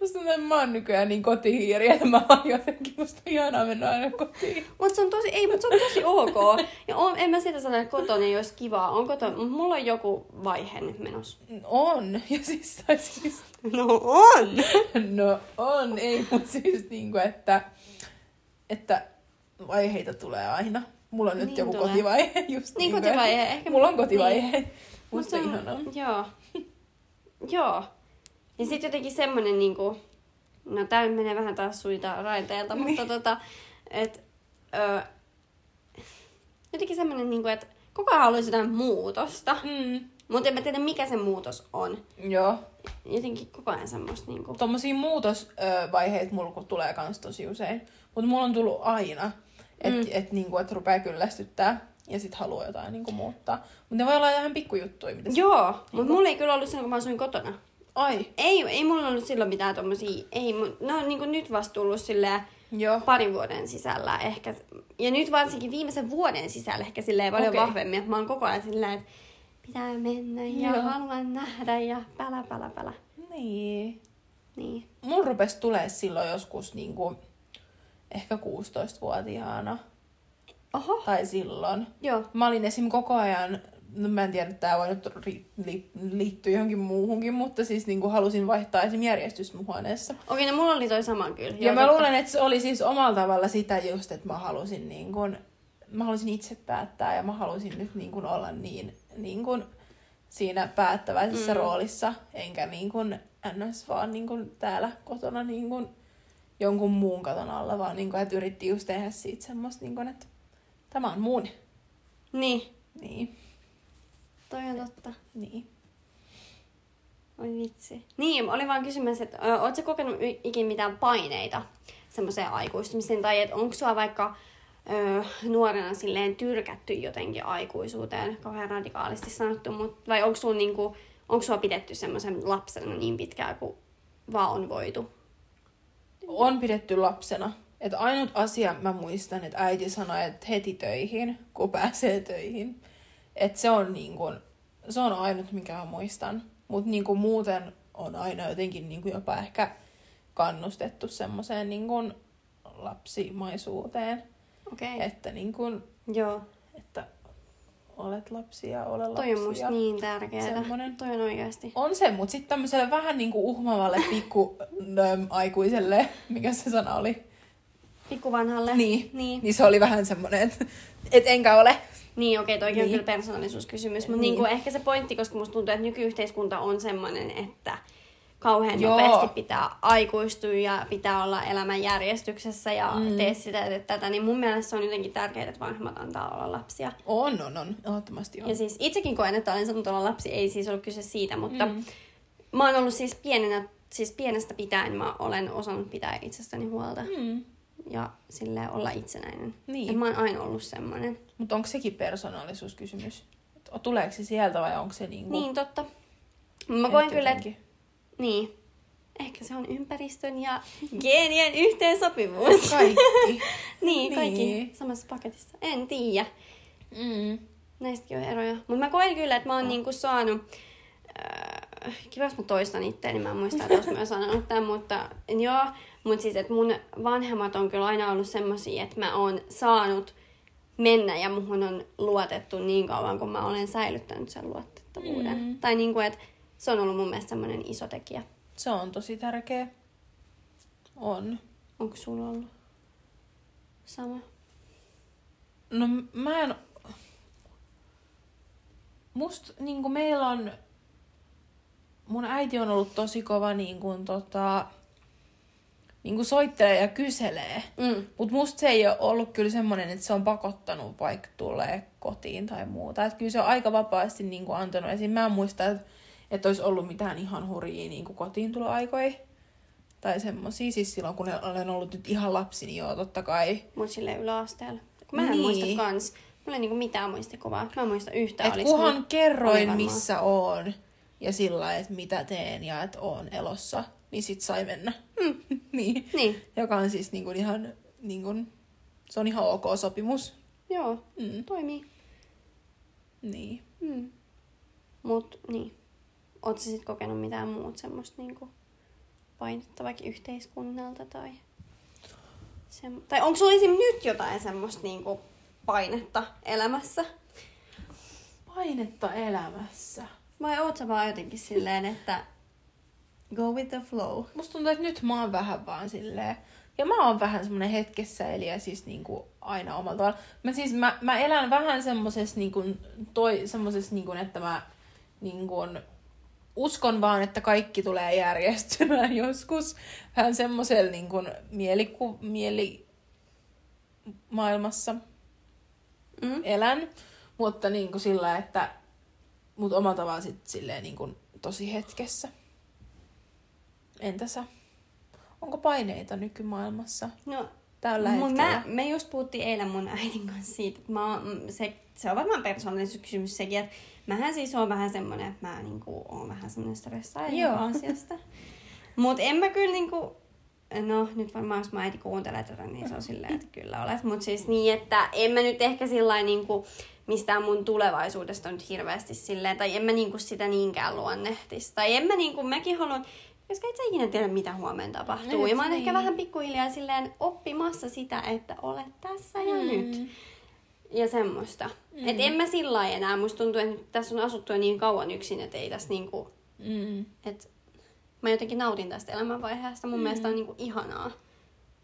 [SPEAKER 1] Musta tuntuu, että mä oon nykyään niin kotihiiri, että mä oon jotenkin, musta on ihanaa mennä aina kotiin.
[SPEAKER 2] Mutta se on tosi, ei, mutta se on tosi ok. Ja on, en mä sitä sano, että kotona ei olisi kivaa. On kotona, mutta mulla on joku vaihe nyt menossa.
[SPEAKER 1] On, ja siis, tai siis
[SPEAKER 2] No on!
[SPEAKER 1] No on, ei, mutta siis niinku, että, että vaiheita tulee aina. Mulla on nyt
[SPEAKER 2] Niin
[SPEAKER 1] joku
[SPEAKER 2] tulee.
[SPEAKER 1] kotivaihe just
[SPEAKER 2] Niin
[SPEAKER 1] niinku,
[SPEAKER 2] kotivaihe,
[SPEAKER 1] että
[SPEAKER 2] ehkä-
[SPEAKER 1] Mulla on kotivaihe. Niin.
[SPEAKER 2] Mut
[SPEAKER 1] Musta
[SPEAKER 2] se on-
[SPEAKER 1] ihanaa.
[SPEAKER 2] Joo. joo. Ja sitten jotenkin semmonen niinku, no tää nyt menee vähän taas suita raiteelta, mutta tota, et, ö, jotenkin semmonen niinku, että koko ajan haluaisi jotain muutosta,
[SPEAKER 1] Mm,
[SPEAKER 2] mutta en mä tiedä mikä se muutos on.
[SPEAKER 1] joo.
[SPEAKER 2] Jotenkin koko ajan semmoista niinku.
[SPEAKER 1] Tommosia muutosvaiheet mulla kun tulee kans tosi usein. Mutta mulla on tullut aina, että
[SPEAKER 2] Mm.
[SPEAKER 1] mm. et, niinku, et rupeaa kyllästyttää ja sit haluaa jotain niinku, muuttaa. Mutta ne voi olla ihan pikkujuttuja. Mitä...
[SPEAKER 2] Joo, mutta mulla ei kyllä ollut silloin, kun mä asuin kotona.
[SPEAKER 1] Ai,
[SPEAKER 2] Ei, ei mulla ollut silloin mitään tommosia, ei, mun- ne on niinku nyt vasta tullut silleen
[SPEAKER 1] joo.
[SPEAKER 2] parin vuoden sisällä ehkä, ja nyt varsinkin viimeisen vuoden sisällä ehkä silleen paljon
[SPEAKER 1] Okei.
[SPEAKER 2] vahvemmin, että mä oon koko ajan silleen, että pitää mennä ja
[SPEAKER 1] Joo.
[SPEAKER 2] haluan nähdä ja pälä, pälä, pälä.
[SPEAKER 1] Niin.
[SPEAKER 2] Niin.
[SPEAKER 1] Mun rupes tulee silloin joskus niinku, ehkä 16-vuotiaana
[SPEAKER 2] Oho,
[SPEAKER 1] tai silloin.
[SPEAKER 2] joo.
[SPEAKER 1] Mä olin esim. koko ajan, no mä en tiedä, tää voi nyt ri- li- liittyä johonkin muuhunkin, mutta siis niinku halusin vaihtaa esim. järjestystä mun huoneessa.
[SPEAKER 2] Okei, no mulla oli toi sama kyllä.
[SPEAKER 1] Ja mä
[SPEAKER 2] totta.
[SPEAKER 1] luulen, että se oli siis omalla tavalla sitä just, että mä halusin, niin kun, mä halusin itse päättää ja mä halusin nyt niin kun olla niin, niin kun siinä päättäväisessä
[SPEAKER 2] Mm.
[SPEAKER 1] mm. roolissa, enkä niin kun ns. vaan niin kun täällä kotona niin kun jonkun muun katon alla, vaan niin kun, että yritti just tehdä siitä semmoista, niin kun, että tämä on mun.
[SPEAKER 2] Niin,
[SPEAKER 1] Niin,
[SPEAKER 2] toi on totta.
[SPEAKER 1] niin.
[SPEAKER 2] Oi vitsi. Niin, mä olin vaan kysymässä, että ö, ootko kokenut y- ikin mitään paineita semmoiseen aikuistumiseen, tai että onko sua vaikka ö, nuorena silleen tyrkätty jotenkin aikuisuuteen, kauhean radikaalisti sanottu, mut, vai onko sua, niinku, onko sua pidetty semmoisen lapsena niin pitkään kuin vaan on voitu?
[SPEAKER 1] On pidetty lapsena. Että ainut asia mä muistan, että äiti sanoi, että heti töihin, kun pääsee töihin. Että se on niin kun, se on ainut, mikä mä muistan. Mutta niin kun muuten on aina jotenkin niin kun jopa ehkä kannustettu semmoiseen niin kun lapsimaisuuteen.
[SPEAKER 2] Okei. Okay.
[SPEAKER 1] Että, niin kun,
[SPEAKER 2] Joo.
[SPEAKER 1] että olet lapsi ja ole lapsi.
[SPEAKER 2] Toi on musta
[SPEAKER 1] ja-
[SPEAKER 2] niin tärkeää.
[SPEAKER 1] semmonen.
[SPEAKER 2] Toi on oikeasti.
[SPEAKER 1] On se, mutta sitten tämmöiselle vähän niin kuin uhmavalle pikku (laughs) nöm, aikuiselle, mikä se sana oli,
[SPEAKER 2] Pikku vanhalle.
[SPEAKER 1] Niin.
[SPEAKER 2] Niin,
[SPEAKER 1] niin se oli vähän semmoinen, että et enkä ole.
[SPEAKER 2] Niin, okei, toikin on
[SPEAKER 1] Niin.
[SPEAKER 2] kyllä persoonallisuuskysymys, mutta niin.
[SPEAKER 1] Niin.
[SPEAKER 2] kuin ehkä se pointti, koska musta tuntuu, että nykyyhteiskunta on sellainen, että kauhean Joo.
[SPEAKER 1] Joo.
[SPEAKER 2] nopeasti pitää aikuistua ja pitää olla elämän järjestyksessä ja mm. tee sitä ja tee tätä, niin mun mielestä se on jotenkin tärkeää, että vanhemmat antaa olla lapsia.
[SPEAKER 1] On, on, on. Ehdottomasti on.
[SPEAKER 2] Ja siis itsekin koen, että olen saanut olla lapsi, ei siis ollut kyse siitä, mutta mm. mä oon ollut siis pienenä, siis pienestä pitäen mä olen osannut pitää itsestäni huolta
[SPEAKER 1] Mm.
[SPEAKER 2] ja sille olla itsenäinen.
[SPEAKER 1] Niin.
[SPEAKER 2] Et mä oon aina ollut semmoinen.
[SPEAKER 1] Mutta onko sekin persoonallisuuskysymys? Et o- Tuleeko se sieltä vai onko se niinku...
[SPEAKER 2] Niin, totta. Mä koen kyllä, että
[SPEAKER 1] jotenkin?
[SPEAKER 2] Niin. Ehkä se on ympäristön ja (laughs) geenien yhteensopivuus. (laughs)
[SPEAKER 1] Kaikki.
[SPEAKER 2] niin, kaikki
[SPEAKER 1] Niin.
[SPEAKER 2] samassa paketissa. En tiedä.
[SPEAKER 1] mm.
[SPEAKER 2] Näistäkin on eroja. Mutta mä koen kyllä, että mä oon niinku saanut... Äh, kiva, jos mä toistan itteeni. Mä en muista, että olis mä sanonut tämän, mutta joo. Mutta siis, että mun vanhemmat on kyllä aina ollut semmosia, että mä oon saanut mennä ja muhun on luotettu niin kauan, kun mä olen säilyttänyt sen luotettavuuden. Mm. Tai niinku, että se on ollut mun mielestä semmoinen iso tekijä.
[SPEAKER 1] Se on tosi tärkeä. On.
[SPEAKER 2] Onko sulla ollut sama?
[SPEAKER 1] No m- mä en... Must niinku meillä on... Mun äiti on ollut tosi kova niinku tota... Niinku soittelee ja kyselee.
[SPEAKER 2] Mm.
[SPEAKER 1] Mut musta se ei ole ollut kyllä semmoinen, että se on pakottanut vaikka tulee kotiin tai muuta. Et kyllä se on aika vapaasti niinku antanut. Esim. mä en muista, että et olisi ollut mitään ihan hurjia niinku kotiin tuloaikoja. Tai semmosia. Siis silloin, kun olen ollut nyt ihan lapsi, niin joo, totta kai.
[SPEAKER 2] Mut sille yläasteella. Kun mä en niin.
[SPEAKER 1] Niin.
[SPEAKER 2] muista kans. Mulla ei niinku mitään muistikuvaa. Mä en muista yhtään.
[SPEAKER 1] Et
[SPEAKER 2] olis
[SPEAKER 1] kunhan
[SPEAKER 2] mulla- oli
[SPEAKER 1] kerroin,
[SPEAKER 2] varmaan.
[SPEAKER 1] missä oon ja sillä lailla, että mitä teen ja että oon elossa, niin sit sai mennä. Mm. (laughs) niin.
[SPEAKER 2] Niin,
[SPEAKER 1] Joka on siis niinku ihan, niinku, se on ihan ok sopimus.
[SPEAKER 2] joo.
[SPEAKER 1] Mm.
[SPEAKER 2] Toimii.
[SPEAKER 1] Niin.
[SPEAKER 2] Mm. Mut niin. Oletko sitten kokenut mitään muut semmoista niinku painetta vaikka yhteiskunnalta tai... Sem- tai onko sulla esim. nyt jotain semmoista niinku painetta elämässä?
[SPEAKER 1] Painetta elämässä.
[SPEAKER 2] Vai oot sä vaan jotenkin silleen, että go with the flow?
[SPEAKER 1] Musta tuntuu, että nyt mä oon vähän vaan silleen... Ja mä oon vähän semmonen hetkessä eli siis niinku aina omalla tavalla. Mä siis mä, mä elän vähän semmoses niinku, toi, semmoses niinku, että mä niinku, uskon vaan, että kaikki tulee järjestymään (laughs) joskus. Vähän semmosella niinku mieliku, mielimaailmassa
[SPEAKER 2] Mm.
[SPEAKER 1] elän. Mutta niinku sillä, että mut omalla tavalla sit silleen niinku tosi hetkessä. Entä sä? Onko paineita nykymaailmassa
[SPEAKER 2] No,
[SPEAKER 1] tällä
[SPEAKER 2] Mun
[SPEAKER 1] hetkellä?
[SPEAKER 2] Mä, me just puhuttiin eilen mun äidin kanssa siitä, että mä, oon- mm, se, se on varmaan persoonallisuus kysymys sekin, että mähän siis on vähän semmonen, että mä niinku, oon vähän semmonen stressaaja
[SPEAKER 1] Joo.
[SPEAKER 2] niinku asiasta. Mut en mä kyllä niinku, no nyt varmaan jos mä äiti kuuntelee tätä, niin se on silleen, että kyllä olet. Mut siis niin, että en mä nyt ehkä sillä niinku, mistään mun tulevaisuudesta nyt hirveästi silleen, tai en mä niinku sitä niinkään luonnehtisi. Tai en mä niinku, mäkin haluan, koska et sä ikinä tiedä, mitä huomenna tapahtuu.
[SPEAKER 1] Et
[SPEAKER 2] Ja mä oon
[SPEAKER 1] niin.
[SPEAKER 2] ehkä vähän pikkuhiljaa silleen oppimassa sitä, että olet tässä ja mm. nyt. Ja semmoista. Mm. Et en mä sillä lailla enää, musta tuntuu, että tässä on asuttu jo niin kauan yksin, että ei tässä niinku,
[SPEAKER 1] Mm.
[SPEAKER 2] et mä jotenkin nautin tästä elämänvaiheesta. Mun mm. mielestä on
[SPEAKER 1] Mm-hmm.
[SPEAKER 2] niinku ihanaa.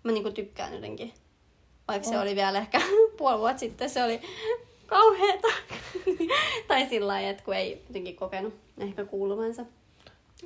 [SPEAKER 2] Mä niinku tykkään jotenkin. Vaikka se oli vielä ehkä (laughs) puoli vuotta sitten, se oli (laughs) kauheeta. (laughs) tai sillä lailla, että kun ei jotenkin kokenut ehkä kuuluvansa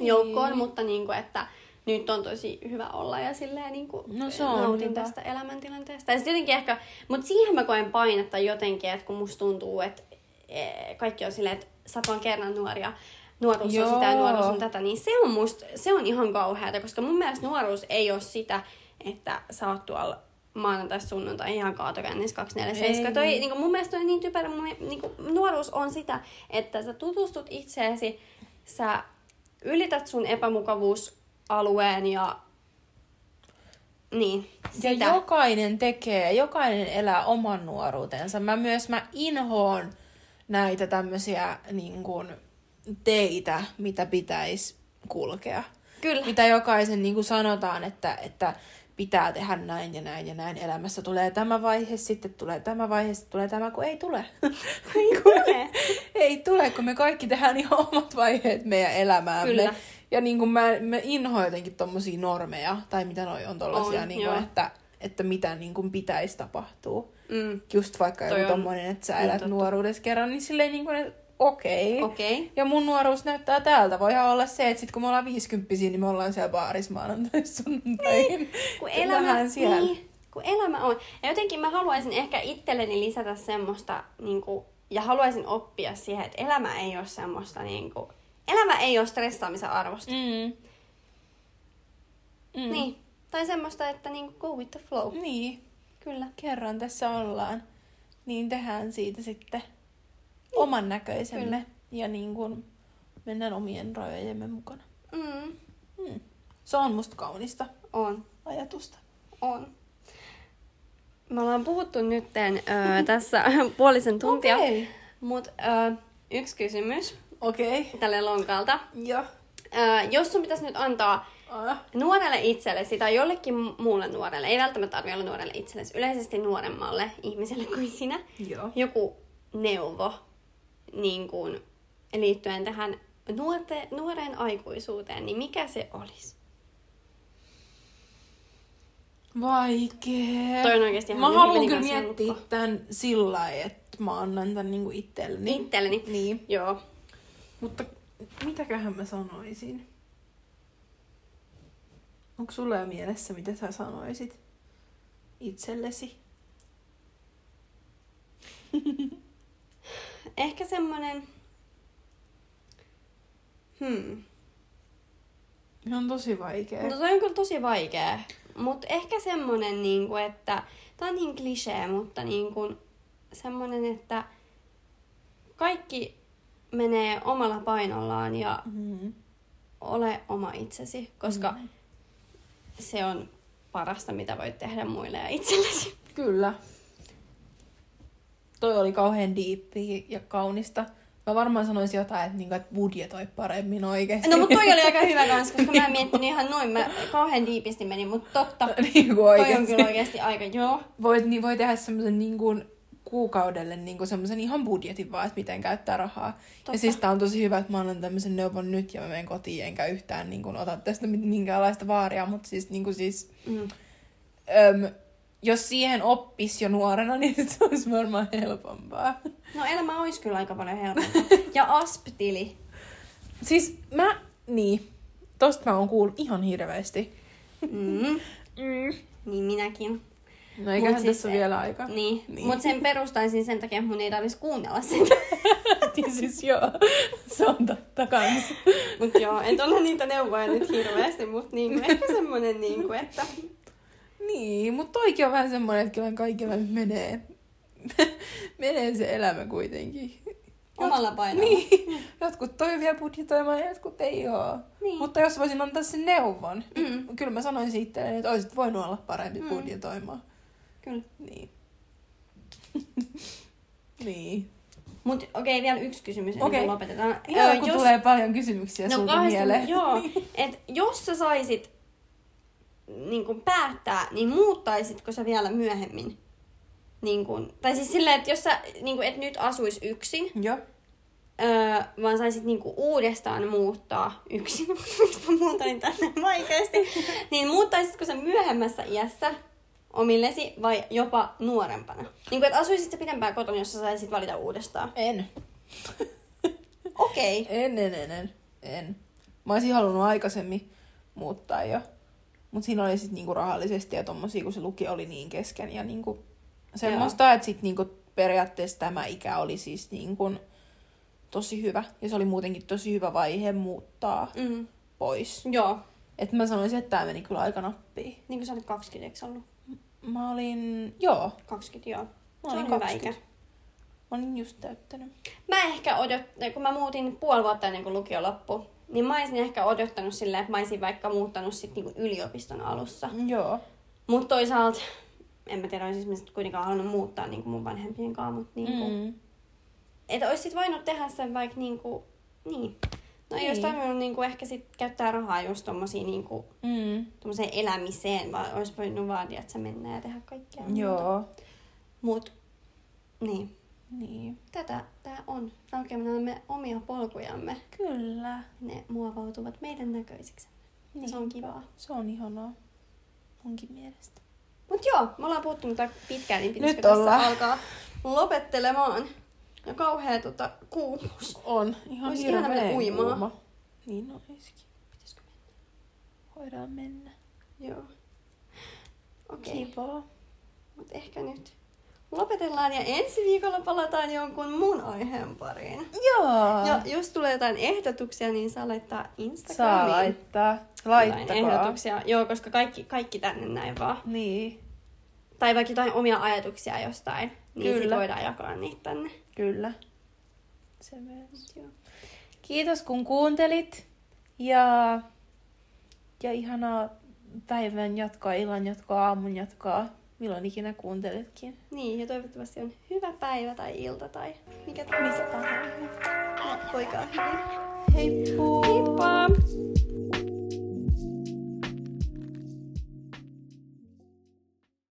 [SPEAKER 2] joukkoon,
[SPEAKER 1] Niin.
[SPEAKER 2] mutta niinku, että nyt on tosi hyvä olla ja silleen niinku
[SPEAKER 1] No se on
[SPEAKER 2] nautin
[SPEAKER 1] hyvä.
[SPEAKER 2] tästä elämäntilanteesta. Ja sit jotenkin ehkä, mutta siihen mä koen painetta jotenkin, että kun musta tuntuu, että eh, kaikki on silleen, että sä oot vaan kerran nuoria, nuoruus Joo. on sitä ja
[SPEAKER 1] Joo.
[SPEAKER 2] nuoruus on tätä, niin se on musta, se on ihan kauheata, koska mun mielestä nuoruus ei ole sitä, että sä oot tuolla maanantai, sunnuntai ihan kaatokännissä 247.
[SPEAKER 1] Ei.
[SPEAKER 2] Toi, niin kuin mun mielestä toi on niin typerä. Mun, niin kuin, nuoruus on sitä, että sä tutustut itseesi, sä ylität sun epämukavuusalueen ja niin,
[SPEAKER 1] Ja
[SPEAKER 2] sitä.
[SPEAKER 1] jokainen tekee, jokainen elää oman nuoruutensa. Mä myös mä inhoon näitä tämmöisiä niin kun, teitä, mitä pitäisi kulkea.
[SPEAKER 2] Kyllä.
[SPEAKER 1] Mitä jokaisen niin kuin sanotaan, että, että pitää tehdä näin ja näin ja näin. Elämässä tulee tämä vaihe, sitten tulee tämä vaihe, sitten tulee tämä, kun ei
[SPEAKER 2] (laughs)
[SPEAKER 1] tule. Ei
[SPEAKER 2] tule.
[SPEAKER 1] (laughs) ei tule, kun me kaikki tehdään ihan omat vaiheet meidän elämäämme.
[SPEAKER 2] Kyllä.
[SPEAKER 1] Ja niin kuin mä, mä inhoan jotenkin tommosia normeja, tai mitä noi on tollasia,
[SPEAKER 2] On,
[SPEAKER 1] on, niin
[SPEAKER 2] joo.
[SPEAKER 1] kuin, että, että mitä niin kuin pitäisi tapahtua.
[SPEAKER 2] Mm,
[SPEAKER 1] Just vaikka
[SPEAKER 2] Toi
[SPEAKER 1] joku
[SPEAKER 2] on
[SPEAKER 1] tommonen, että sä
[SPEAKER 2] niin
[SPEAKER 1] elät
[SPEAKER 2] totta.
[SPEAKER 1] nuoruudessa kerran, niin silleen niin kuin, että okei.
[SPEAKER 2] Okei. Okay.
[SPEAKER 1] Ja mun nuoruus näyttää täältä. Voihan olla se, että sit kun me ollaan viisikymppisiä, niin me ollaan siellä baarissa maanantai sunnuntaihin.
[SPEAKER 2] Niin.
[SPEAKER 1] (laughs)
[SPEAKER 2] Kun
[SPEAKER 1] Että
[SPEAKER 2] elämä,
[SPEAKER 1] vähän siellä.
[SPEAKER 2] Niin, kun elämä on. Ja jotenkin mä haluaisin ehkä itselleni lisätä semmoista, niin kuin, ja haluaisin oppia siihen, että elämä ei ole semmoista, niin kuin, elämä ei ole stressaamisen arvosta.
[SPEAKER 1] Mm.
[SPEAKER 2] Mm. Niin. Tai semmoista, että niin kuin, go with the flow. Mm.
[SPEAKER 1] Niin,
[SPEAKER 2] Kyllä.
[SPEAKER 1] kerran tässä ollaan. Niin tehdään siitä sitten
[SPEAKER 2] Niin.
[SPEAKER 1] oman näköisemme. Ja niin kuin mennään omien rajojemme mukana.
[SPEAKER 2] Mm.
[SPEAKER 1] Mm. Se on musta kaunista
[SPEAKER 2] On.
[SPEAKER 1] ajatusta.
[SPEAKER 2] On. Me ollaan puhuttu nytten ö, tässä (laughs) puolisen tuntia.
[SPEAKER 1] Mm. Okei.
[SPEAKER 2] Mutta ö, yksi kysymys
[SPEAKER 1] Okei. Okay.
[SPEAKER 2] tälle lonkalta.
[SPEAKER 1] Joo.
[SPEAKER 2] Ö, jos sun pitäisi nyt antaa
[SPEAKER 1] Ah.
[SPEAKER 2] nuorelle itsellesi tai jollekin muulle nuorelle, ei välttämättä tarvitse olla nuorelle itsellesi, yleisesti nuoremmalle ihmiselle (laughs) kuin sinä,
[SPEAKER 1] Joo.
[SPEAKER 2] joku neuvo niin kuin, liittyen tähän nuorte, nuoreen aikuisuuteen, niin mikä se olisi?
[SPEAKER 1] Vaikee.
[SPEAKER 2] Toi on oikeesti ihan
[SPEAKER 1] Eh, Mä
[SPEAKER 2] hyvin
[SPEAKER 1] haluan kyllä
[SPEAKER 2] kanssa
[SPEAKER 1] miettiä
[SPEAKER 2] helppo.
[SPEAKER 1] tämän sillä lailla, että mä annan tämän niinku itselleni.
[SPEAKER 2] Itselleni.
[SPEAKER 1] Niin.
[SPEAKER 2] Joo.
[SPEAKER 1] Mutta mitäköhän mä sanoisin? Onko sulla jo mielessä, mitä sä sanoisit itsellesi?
[SPEAKER 2] Ehkä semmonen... Hmm.
[SPEAKER 1] Se on tosi vaikea.
[SPEAKER 2] No toi on kyllä tosi vaikea. Mutta ehkä semmonen, niinku, että... Tää on niin klisee, mutta niinku, semmonen, että kaikki menee omalla painollaan ja
[SPEAKER 1] Mm.
[SPEAKER 2] ole oma itsesi, koska se on parasta, mitä voit tehdä muille ja itsellesi.
[SPEAKER 1] Kyllä. Toi oli kauhean diippi ja kaunista. Mä varmaan sanoisin jotain, että, niinku, että budjetoi paremmin oikeesti.
[SPEAKER 2] No mutta toi oli aika hyvä kans, koska mä en miettinyt ihan noin. Mä kauhean diipisti menin, mutta totta.
[SPEAKER 1] (laughs) niinku
[SPEAKER 2] Toi on
[SPEAKER 1] oikeesti.
[SPEAKER 2] kyllä oikeasti aika, joo.
[SPEAKER 1] Voit, niin voi tehdä semmoisen niin kuin kuukaudelle niin kuin semmoisen ihan budjetin vaan, että miten käyttää rahaa. Totta.
[SPEAKER 2] Totta.
[SPEAKER 1] Ja siis tää on tosi hyvä, että mä annan tämmöisen neuvon nyt ja mä menen kotiin enkä yhtään niin kuin, ota tästä mit- minkäänlaista vaaria, mutta siis, niin kuin, siis
[SPEAKER 2] Mm.
[SPEAKER 1] öm, jos siihen oppis jo nuorena, (laughs) niin se olisi varmaan helpompaa.
[SPEAKER 2] No elämä olisi kyllä aika paljon helpompaa. Ja asp-tili.
[SPEAKER 1] Siis mä, niin, tosta mä oon kuullut ihan hirveästi.
[SPEAKER 2] Mm.
[SPEAKER 1] Mm.
[SPEAKER 2] Niin minäkin.
[SPEAKER 1] No eiköhän
[SPEAKER 2] Mut
[SPEAKER 1] Mut siis,
[SPEAKER 2] siis-
[SPEAKER 1] tässä ole vielä aika.
[SPEAKER 2] Niin. niin.
[SPEAKER 1] Niin.
[SPEAKER 2] Mutta sen perustaisin sen takia, että mun ei tarvitsisi kuunnella (laughs) sitä.
[SPEAKER 1] (laughs) Niin siis joo, se on totta kans.
[SPEAKER 2] Mutta joo, en ole niitä neuvoja nyt hirveästi, mutta niinku, (laughs) ehkä semmoinen, niinku, että...
[SPEAKER 1] Niin, mutta toikin on vähän semmoinen, että kyllä kaikilla nyt menee. (laughs) menee se elämä kuitenkin.
[SPEAKER 2] (laughs) Omalla painolla.
[SPEAKER 1] Niin, jotkut toi vielä budjetoimaan ja jotkut ei oo.
[SPEAKER 2] Niin.
[SPEAKER 1] Mutta jos voisin antaa sen neuvon,
[SPEAKER 2] Mm.
[SPEAKER 1] mm. kyllä mä sanoisin itselleni, että olisit voinut olla parempi
[SPEAKER 2] Mm.
[SPEAKER 1] mm. budjetoimaan.
[SPEAKER 2] Kyllä.
[SPEAKER 1] Niin. (laughs) niin.
[SPEAKER 2] Mutta okei, vielä yksi kysymys ennen
[SPEAKER 1] Okei.
[SPEAKER 2] kuin lopetetaan.
[SPEAKER 1] Ihan
[SPEAKER 2] Öö,
[SPEAKER 1] kun tulee paljon kysymyksiä no, sulta
[SPEAKER 2] kahdesti-
[SPEAKER 1] mieleen. (laughs) Niin.
[SPEAKER 2] Joo, et jos sä saisit niin kun päättää, niin muuttaisitko sä vielä myöhemmin? Niin kun, tai siis silleen, että jos sä niin kun, et nyt asuis yksin,
[SPEAKER 1] Joo.
[SPEAKER 2] öö, vaan saisit niin kun, uudestaan muuttaa yksin, (laughs) miksi mä muutain tänne vaikeasti, niin muuttaisitko sä myöhemmässä iässä omillesi vai jopa nuorempana? Niin kun, et asuisit sä pidempään kotona, jos sä saisit valita uudestaan.
[SPEAKER 1] En.
[SPEAKER 2] Okei.
[SPEAKER 1] En, en, en, en. en. Mä olisin halunnut aikaisemmin muuttaa jo. Mut siinä oli sit niinku rahallisesti ja tommosia, kun se luki oli niin kesken. Ja niinku semmoista, että sit niinku periaatteessa tämä ikä oli siis niinku tosi hyvä. Ja se oli muutenkin tosi hyvä vaihe muuttaa
[SPEAKER 2] Mm.
[SPEAKER 1] pois.
[SPEAKER 2] Joo,
[SPEAKER 1] Et mä sanoisin, että tämä meni kyllä aika nappiin.
[SPEAKER 2] niin kuin sä olit 20, eikö ollut?
[SPEAKER 1] Mä olin, joo,
[SPEAKER 2] 20, joo.
[SPEAKER 1] Mä
[SPEAKER 2] se
[SPEAKER 1] olin
[SPEAKER 2] on hyvä
[SPEAKER 1] 20.
[SPEAKER 2] ikä.
[SPEAKER 1] mä olin just täyttänyt.
[SPEAKER 2] Mä ehkä odottanut, kun mä muutin puoli vuotta ennen kuin lukio loppui, niin mä olisin ehkä odottanut silleen, että mä olisin vaikka muuttanut sit niinku yliopiston alussa.
[SPEAKER 1] Joo.
[SPEAKER 2] Mutta toisaalta, en mä tiedä, olisin mä sit kuitenkaan halunnut muuttaa niinku mun vanhempien kanssa, mutta niinku, mm.
[SPEAKER 1] Mm.
[SPEAKER 2] että olisit voinut tehdä sen vaikka niinku, niin. No ei olisi
[SPEAKER 1] Niin.
[SPEAKER 2] tarvinnut niinku ehkä sit käyttää rahaa just tommosiin niinku,
[SPEAKER 1] Mm.
[SPEAKER 2] tommoseen elämiseen, vaan olisi voinut vaatia, että sä mennään ja tehdä kaikkea muuta.
[SPEAKER 1] Joo.
[SPEAKER 2] Mut, niin.
[SPEAKER 1] Niin.
[SPEAKER 2] Tätä tää on. Aukeamme omia polkujamme.
[SPEAKER 1] Kyllä.
[SPEAKER 2] Ne muovautuvat meidän näköisiksi. Niin.
[SPEAKER 1] Niin.
[SPEAKER 2] Se on kivaa.
[SPEAKER 1] Se on ihanaa. Munkin mielestä.
[SPEAKER 2] Mut joo, me ollaan puhuttu mutta pitkään, niin pitäisikö
[SPEAKER 1] Nyt
[SPEAKER 2] tässä
[SPEAKER 1] ollaan.
[SPEAKER 2] alkaa lopettelemaan. Ja kauhea tota, kuumuus.
[SPEAKER 1] On. Ihan
[SPEAKER 2] Olisi ihana mennä
[SPEAKER 1] hirveen
[SPEAKER 2] uimaan.
[SPEAKER 1] kuuma. Niin olisikin.
[SPEAKER 2] Pitäisikö mennä?
[SPEAKER 1] Voidaan mennä.
[SPEAKER 2] Joo. Okei, okay.
[SPEAKER 1] Kivaa.
[SPEAKER 2] mut ehkä nyt lopetellaan ja ensi viikolla palataan jonkun mun aiheen pariin.
[SPEAKER 1] Joo.
[SPEAKER 2] Ja jos tulee jotain ehdotuksia, niin saa laittaa Instagramiin.
[SPEAKER 1] Saa laittaa.
[SPEAKER 2] jotain
[SPEAKER 1] Laittakaa.
[SPEAKER 2] ehdotuksia. Joo, koska kaikki, kaikki tänne näin vaan.
[SPEAKER 1] Niin.
[SPEAKER 2] tai vaikka jotain omia ajatuksia jostain, niin Kyllä.
[SPEAKER 1] Kyllä.
[SPEAKER 2] voidaan jakaa niitä tänne.
[SPEAKER 1] Kyllä. Se myös.
[SPEAKER 2] Joo.
[SPEAKER 1] Kiitos kun kuuntelit. Ja, ja ihanaa päivän jatkoa, illan jatkoa, aamun jatkoa. Milloin ikinä kuuntelitkin.
[SPEAKER 2] Niin, ja toivottavasti on hyvä päivä tai ilta tai mikä tahansa. Mikä tahansa. Voikaa hyvin.
[SPEAKER 1] Heippu!
[SPEAKER 2] Heippa!